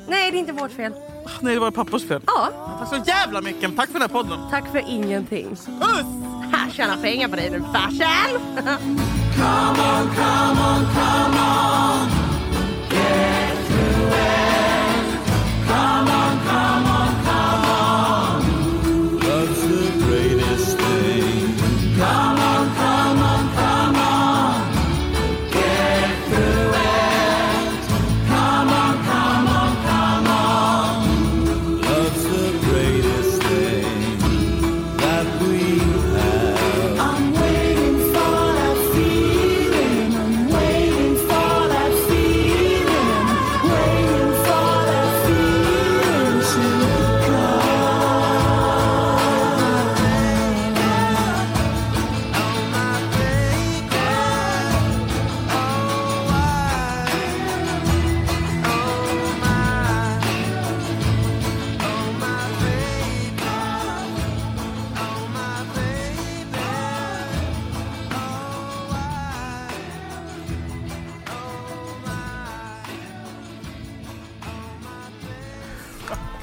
Speaker 3: Nej, det är inte vårt fel.
Speaker 2: Ah, Nej det var pappas fel.
Speaker 3: Ja,
Speaker 2: Tack så jävla mycket. Tack för den här podden.
Speaker 3: tack för ingenting.
Speaker 2: Puss!
Speaker 3: Här, tjäna pengar på dig nu farsan!
Speaker 6: I'm waiting for that feeling. I'm waiting.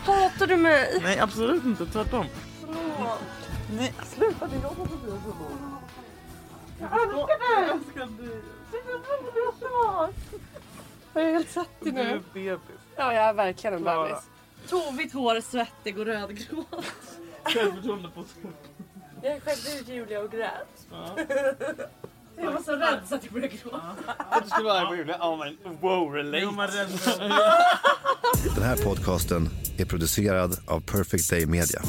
Speaker 3: Hatar du mig?
Speaker 9: Nej, absolut inte. Tvärtom. Nej, sluta. Det låter som du är så god. Jag älskar dig!
Speaker 3: Har jag helt sett dig
Speaker 9: Du är bebis.
Speaker 3: Ja, jag är verkligen en
Speaker 9: Klara.
Speaker 3: bebis.
Speaker 10: Tovigt hår, svettig och rödgråt.
Speaker 9: Självförtroende på topp.
Speaker 10: Jag skällde ut Julia och grät. Jag var så rädd så att jag började gråta.
Speaker 2: Du skulle vara arg på Julia. Oh man, wow relate.
Speaker 9: Jo, man räddar
Speaker 11: Den här podcasten är producerad av Perfect Day Media.